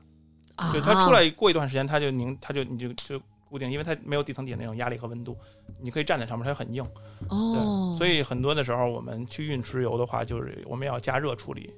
啊
就它出来过一段时间，它就凝，它就你就就固定，因为它没有地层底下那种压力和温度，你可以站在上面，它很硬。
哦，
所以很多的时候，我们去运石油的话，就是我们要加热处理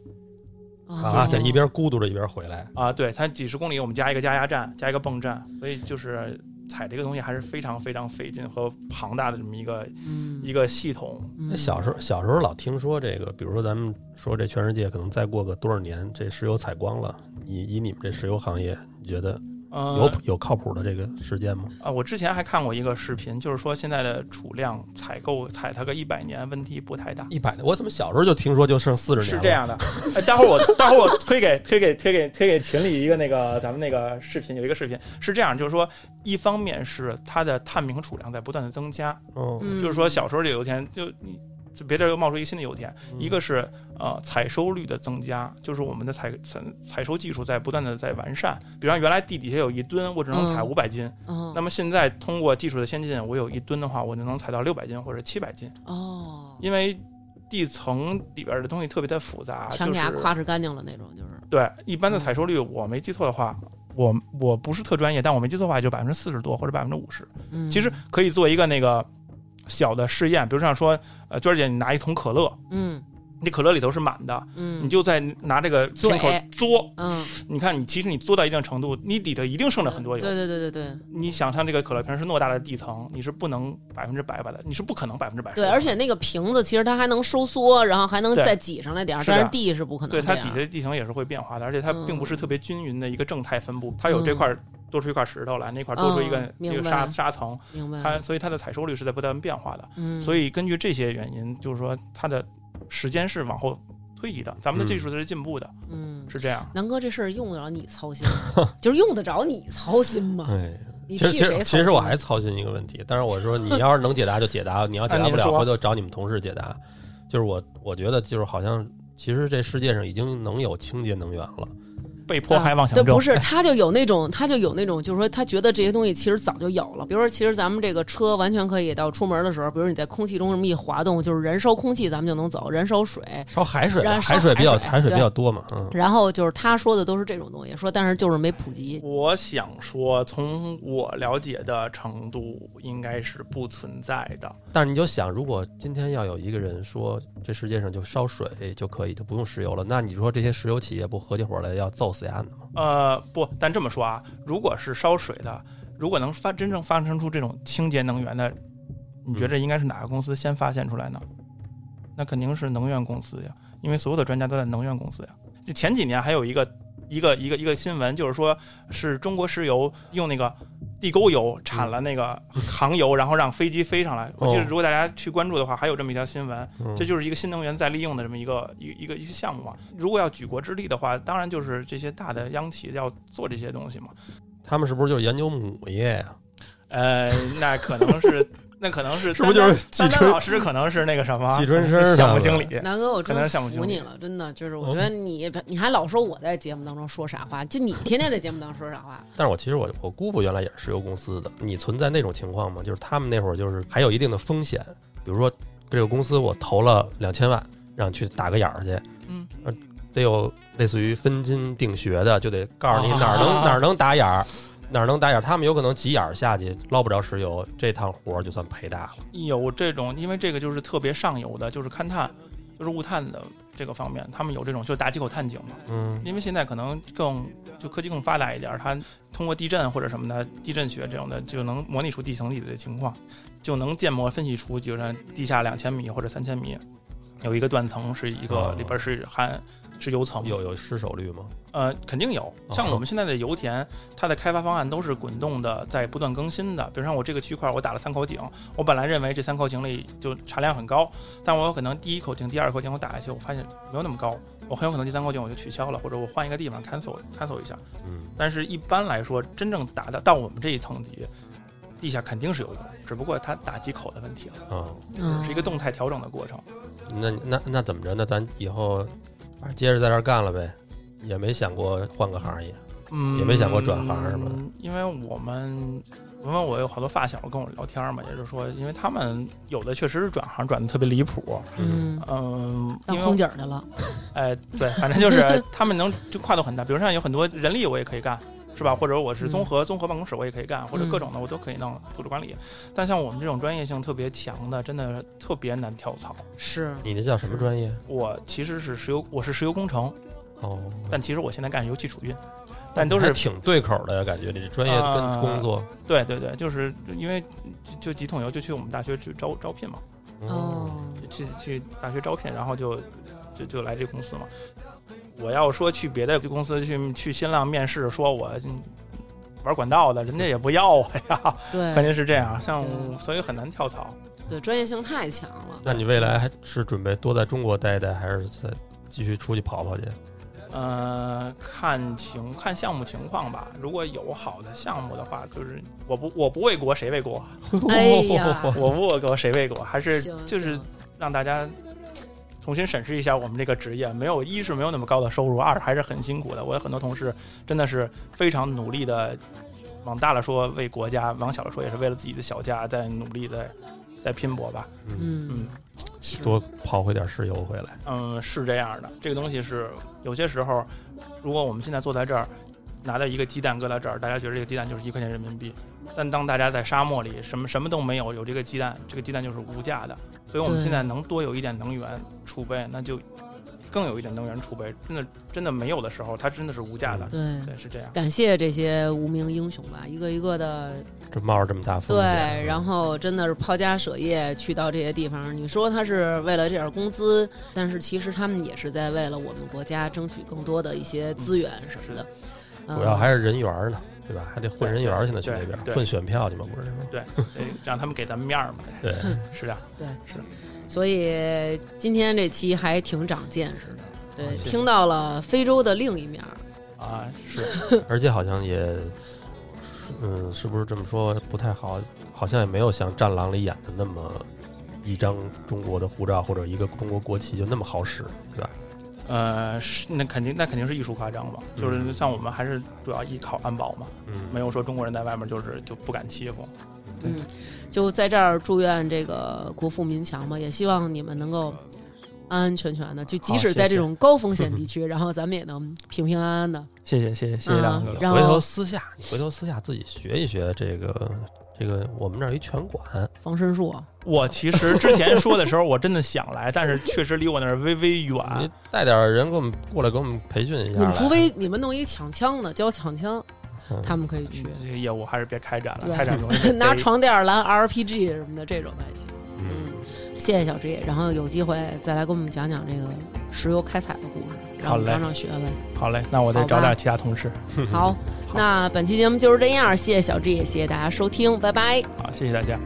啊，
哦
得一边咕嘟着一边回来，
啊。对，它几十公里，我们加一个加压站，加一个泵站，所以就是采这个东西还是非常非常费劲和庞大的这么一个
嗯
一个系统。
嗯
那小时候小时候老听说这个，比如说咱们说这全世界可能再过个多少年，这石油采光了，以以你们这石油行业，你觉得
嗯、
有有靠谱的这个时间吗？
啊，我之前还看过一个视频，就是说现在的储量采购采它个一百年问题不太大。
一百年，我怎么小时候就听说就剩四十年
是
了？
这样的，哎，待会儿我待会儿我推给推给推给推给群里一个那个咱们那个视频，有一个视频是这样，就是说一方面是它的碳明储量在不断的增加，
嗯，
嗯
就是说小时候这油田就你。就别地儿又冒出一新的油田，
嗯
一个是呃采收率的增加，就是我们的采采采收技术在不断的在完善。比方原来地底下有一吨，我只能采
嗯
五百斤，
哦
那么现在通过技术的先进，我有一吨的话，我就能采到六百斤或者七百斤。
哦，
因为地层里边的东西特别的复杂，
全
就
给它
是
夸制干净了那嗯种，就是
对一般的采收率，我没记错的话，我我不是特专业，但我没记错的话，也就百分之四十多或者百分之五十。
嗯
其实可以做一个那个小的试验，比如像说，呃，娟儿姐，你拿一桶可乐，
嗯
那可乐里头是满的，
嗯，
你就在拿这个瓶口
嘴
嘬，
嗯
你看你其实你嘬到一定程度，你底头一定剩了很多油
对。对对对对
你想象这个可乐瓶是偌大的地层，你是不能百分之百把它，你是不可能百分之百收
对，
的。
而且那个瓶子其实它还能收缩，然后还能
对
再挤上来点儿，
是的
但是地是不可能
对它底
这样
下的地形也是会变化的，而且它并不是特别均匀的一个正态分布，它有这
嗯
块儿多出一块石头来，那块儿多出一个
嗯
那个
明白嗯
沙沙层，
明白
它所以它的采收率是在不断变化的。
嗯，
所
以
以根据这些原因，就是说它的时间是往后推移的，咱们的技术是进步的，
嗯，
是这样。
南哥这事儿用得着你操心吗， 就是用得着你操心吗？
哎，
你
其
替
实
谁操心？
其实其实 我还操心一个问题，但是我说你要是能解答就解答，你要解答
啊
不
你
了，
说
回头找你们同事解答。就是我我觉得就是好像其实这世界上已经能有清洁能源了，
被迫害妄想
啊对，
症，
嗯不是，他就有那种，他就有那种，就是说，他觉得这些东西其实早就有了。比如说，其实咱们这个车完全可以到出门的时候，比如你在空气中这么一滑动，就是燃烧空气，咱们就能走；燃烧水，
烧海水吧，
燃烧
海水比较
海水
海水比
对
较多嘛，嗯，
然后就是他说的都是这种东西，说但是就是没普及。
我想说，从我了解的程度，应该是不存在的。
但是你就想，如果今天要有一个人说这世界上就烧水就可以，就不用石油了，那你说这些石油企业不合起伙来要揍死丫的吗？
呃，不，但这么说啊，如果是烧水的，如果能发真正发生出这种清洁能源的，你觉得应该是哪个公司先发现出来呢？那肯定是能源公司呀，因为所有的专家都在能源公司呀。就前几年还有一个一个一个一个新闻，就是说是中国石油用那个地沟油产了那个航油，然后让飞机飞上来。我记得
哦
如果大家去关注的话，还有这么一条新闻，
嗯
这就是一个新能源再利用的这么一个一个一个一个项目嘛。如果要举国之力的话，当然就是这些大的央企要做这些东西嘛。
他们是不是就是研究母业呀、
呃，那可能是 那可能是
是不是就是
丹丹
季
丹
春
老师可能是那个什么
季春生他
项目
们
经理。
南哥，我真
可能想不
服
清
你了，真的就是，我
嗯
觉得你、你还老说我在节目当中说傻话，就你天天在节目当中说傻话，
但是我其实我我姑父原来也是石油公司的，你存在那种情况吗？就是他们那会儿就是还有一定的风险，比如说这个公司我投了两千万，让你去打个眼儿去，呃
嗯，
得有类似于分金定穴的，就得告诉你
啊
哪儿能、哪儿能打眼儿，哪儿能打眼儿。他们有可能急眼儿下去捞不着石油，这趟活儿就算赔大了。
有这种，因为这个就是特别上游的，就是勘探，就是雾探的这个方面，他们有这种就打几口探井嘛。
嗯
因为现在可能更就科技更发达一点，它通过地震或者什么的地震学这种的，就能模拟出地层里的情况，就能建模分析出，就像地下两千米或者三千米有一个断层，是一个
哦
里边是含是油层，
嗯有有失手率吗？
呃肯定有。像
哦
我们现在的油田，它的开发方案都是滚动的，在不断更新的。比如像我这个区块，我打了三口井，我本来认为这三口井里就产量很高，但我有可能第一口井、第二口井我打下去，我发现没有那么高。我很有可能第三口井我就取消了，或者我换一个地方 cancel cancel 一下，
嗯，
但是一般来说，真正打到到我们这一层级，地下肯定是有用，只不过它打几口的问题了，
啊，
嗯
是一个动态调整的过程。
那那那怎么着？那咱以后反正接着在这儿干了呗，也没想过换个行业。
嗯，
也没想过转行是吧
因为我们，因为我有好多发小跟我聊天嘛，也是说，因为他们有的确实是转行转的特别离谱，
嗯，
嗯，
当
因
空
为
姐儿去了，
哎，对，反正就是 他们能就跨度很大，比如像有很多人力我也可以干。是吧？或者我是
嗯
综合、综合办公室，我也可以干，或者各种的我都可以弄组织管理。但像我们这种专业性特别强的，真的特别难跳槽。
是
你那叫什么专业？
我其实是石油，我是石油工程，
哦，
但其实我现在干油气储运，但都
还
是啊
挺对口的呀，感觉你这专业跟工作。
对对对，就是因为就就几桶油就去我们大学去招招聘嘛，
哦，
哦，
去去大学招聘，然后就就就来这公司嘛。我要说去别的公司去去新浪面试，说我嗯玩管道的，人家也不要我呀，关
对
键是这样，像
对
所以很难跳槽。
对，专业性太强了。
那你未来还是准备多在中国待一待，还是再继续出去跑跑去？
呃，看情看项目情况吧。如果有好的项目的话，就是我不我不为国谁为国，
哎呀
我不为国谁为国，还是
行
就是
行
让大家重新审视一下我们这个职业。没有一是没有那么高的收入，二还是很辛苦的。我有很多同事真的是非常努力的，往大了说为国家，往小了说也是为了自己的小家在努力的在拼搏吧。
嗯，
嗯
嗯，
是
多跑回点石油回来。
嗯，是这样的，这个东西是有些时候，如果我们现在坐在这儿，拿到一个鸡蛋搁到这儿，大家觉得这个鸡蛋就是一块钱人民币，但当大家在沙漠里什么什么都没有，有这个鸡蛋，这个鸡蛋就是无价的。所以我们
对
现在能多有一点能源储备，那就更有一点能源储备。真的真的没有的时候，它真的是无价的。
对。
对，是这样。
感谢这些无名英雄吧，一个一个的
这冒着这么大风
对，
险，
然后真的是抛家舍业去到这些地方。你说他是为了这点工资，但是其实他们也是在为了我们国家争取更多的一些资源什么的。嗯
主要还是人缘儿呢，对吧？还得混人缘儿，现在去
对
那边
对
混选票去嘛，不是？
对，对让他们给咱们面儿嘛。
对，
是这样。
所以今天这期还挺长见识的，对，
啊谢谢
听到了非洲的另一面儿。
啊，是
而且好像也，嗯，是不是这么说不太好？好像也没有像《战狼》里演的那么一张中国的护照或者一个中国国旗就那么好使，对吧？
呃，是那肯定，那肯定是艺术夸张嘛。就是像我们还是主要依靠安保嘛。
嗯，
没有说中国人在外面就是就不敢欺负。对
嗯，就在这儿祝愿这个国富民强吧，也希望你们能够安安全全的，就即
好
使
谢
在这
谢
种高风险地 区，然后咱们也能平平安安的。
谢谢谢谢谢
嗯
谢亮哥，
然
回
后
头私下，你回头私下自己学一学这个这个，我们这儿有一拳馆，
防身术，
我其实之前说的时候，我真的想来，但是确实离我那儿微微远。
你带点儿人给我们过来给我们培训一下
你
来。
们除非你们弄一抢枪的，教抢枪，
嗯
他们可以去
这个业务还是别开展
对
了，开展容易被
拿床垫儿拦 RPG 什么的这种还行。
嗯，
谢谢小志野，然后有机会再来给我们讲讲这个石油开采的故事，让我
好
们
嘞
长长学问。
好嘞，那我再
好吧
找点其他同事。
好，那本期节目就是这样，谢谢小志也，谢谢大家收听，拜拜。
好，谢谢大家。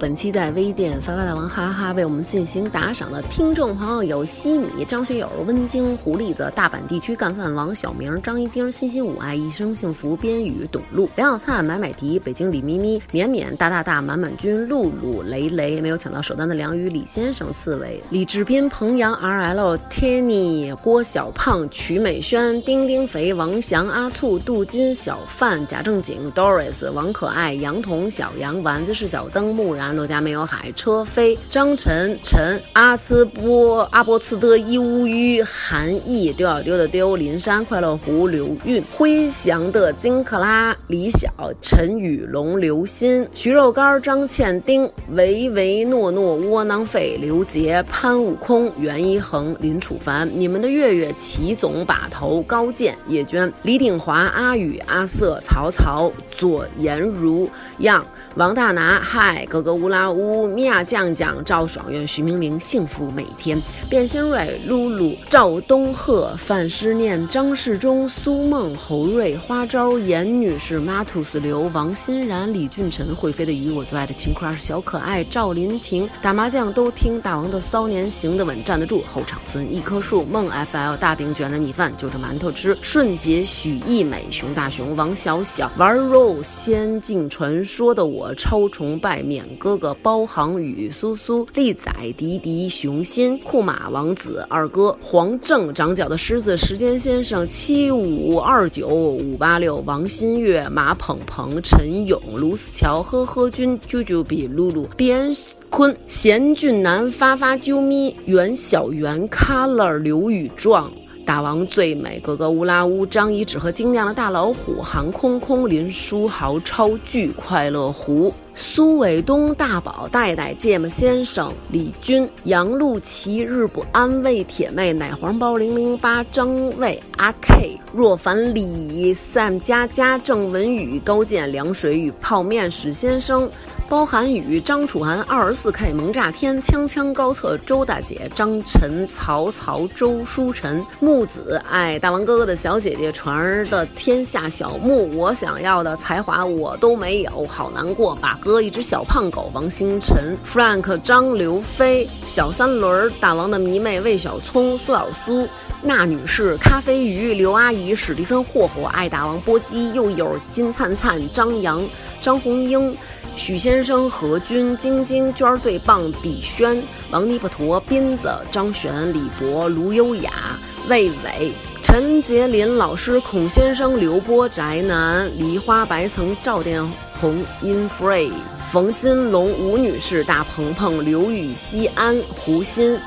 本期在微店发发大王哈哈哈为我们进行打赏的听众朋友有西米、张学友、温京、狐狸子、大阪地区干饭王、小明、张一丁、欣欣五爱、一生幸福、边宇、董路、梁小灿、买买迪、北京李咪咪、绵绵、大大大、满满君、露露、雷雷，没有抢到首单的梁宇、李先生、刺猬、李志斌、彭阳、R L、Tenny、郭 E 小胖、曲美轩、丁丁肥、王翔、阿醋、杜金、小范、贾正经、Doris、王可爱、杨彤、小杨、丸子是小灯、木然。兰、洛迦没有海、车飞、张晨、陈、阿呲波、阿波次的伊乌吁、韩毅、丢啊小丢的丢、林珊、快乐湖、刘韵、辉翔的金克拉、李晓、陈宇龙、刘鑫、徐肉干、张倩、丁、唯唯诺诺、窝囊废、刘杰、潘悟空、袁一恒、林楚凡、你们的月月、齐总、把头、高健、叶娟、李鼎华、阿宇、阿瑟、曹操、左颜如、样、王大拿、嗨、格格乌拉乌、米娅酱酱、赵爽愿、徐明明、幸福每天、卞新瑞、露露、赵东赫、范诗念、张世忠、苏梦、侯瑞、花招、严女士、马兔斯刘、王欣然、李俊辰、会飞的鱼、我最爱的青花、小可爱、赵林婷、打麻将都听大王的骚年行得稳站得住，后场村一棵树、梦 FL、大饼卷着米饭就着馒头吃、顺杰、许艺美、熊大熊、王小小、玩肉、仙境传说的我、超崇拜、免哥哥、包航宇、苏苏、丽仔、迪迪、熊心、库马王子、二哥、黄正、长脚的狮子、时间先生、七五二九五八六、王新月、马鹏鹏、陈勇、卢思乔、呵呵君、啾啾比、露露、边。坤、贤俊男、发发啾咪、袁小圆、Color、刘宇壮、大王最美、格格乌拉乌、张一指和精酿的大老虎、韩空空、林书豪、超巨快乐湖、苏卫东、大宝、戴戴、芥末先生、李军、杨露琪、日不安、慰铁妹、奶黄包零零八、张卫、阿 K、若凡、李 Sam、佳佳、郑文宇、高健、凉水与泡面、史先生。包含宇、张楚涵、二十四 K 萌炸天、锵锵高策、周大姐、张晨、曹操、周书晨、木子、爱大王哥哥的小姐姐、船儿的天下小木、我想要的才华我都没有，好难过。把哥一只小胖狗、王星辰、Frank、张刘飞、小三轮儿、大王的迷妹魏小聪、苏小苏。那女士、咖啡鱼、刘阿姨、史蒂芬、霍霍、爱大王、波基、又有金灿灿、张扬、张红英、许先生、何军、晶晶、娟儿最棒、底轩、王尼巴陀、斌子、张璇、李博、卢优雅、魏伟、陈杰林老师、孔先生、刘波、宅男、梨花白层、赵殿红、In Free、冯金龙、吴女士、大鹏鹏、刘禹锡安、胡鑫、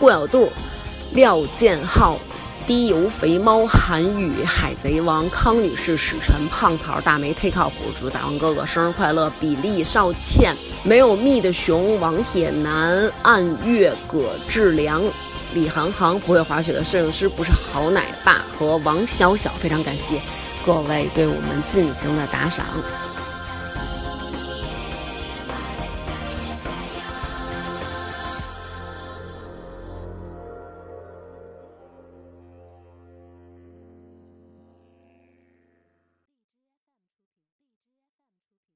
顾小杜。廖建浩、低油肥猫、韩语、海贼王、康女士、史晨、胖桃、大梅忒靠谱，祝大王哥哥生日快乐！比利、邵倩、没有蜜的熊、王铁男、暗月、葛志良。李航航不会滑雪的摄影师不是好奶爸和王小小，非常感谢各位对我们进行的打赏。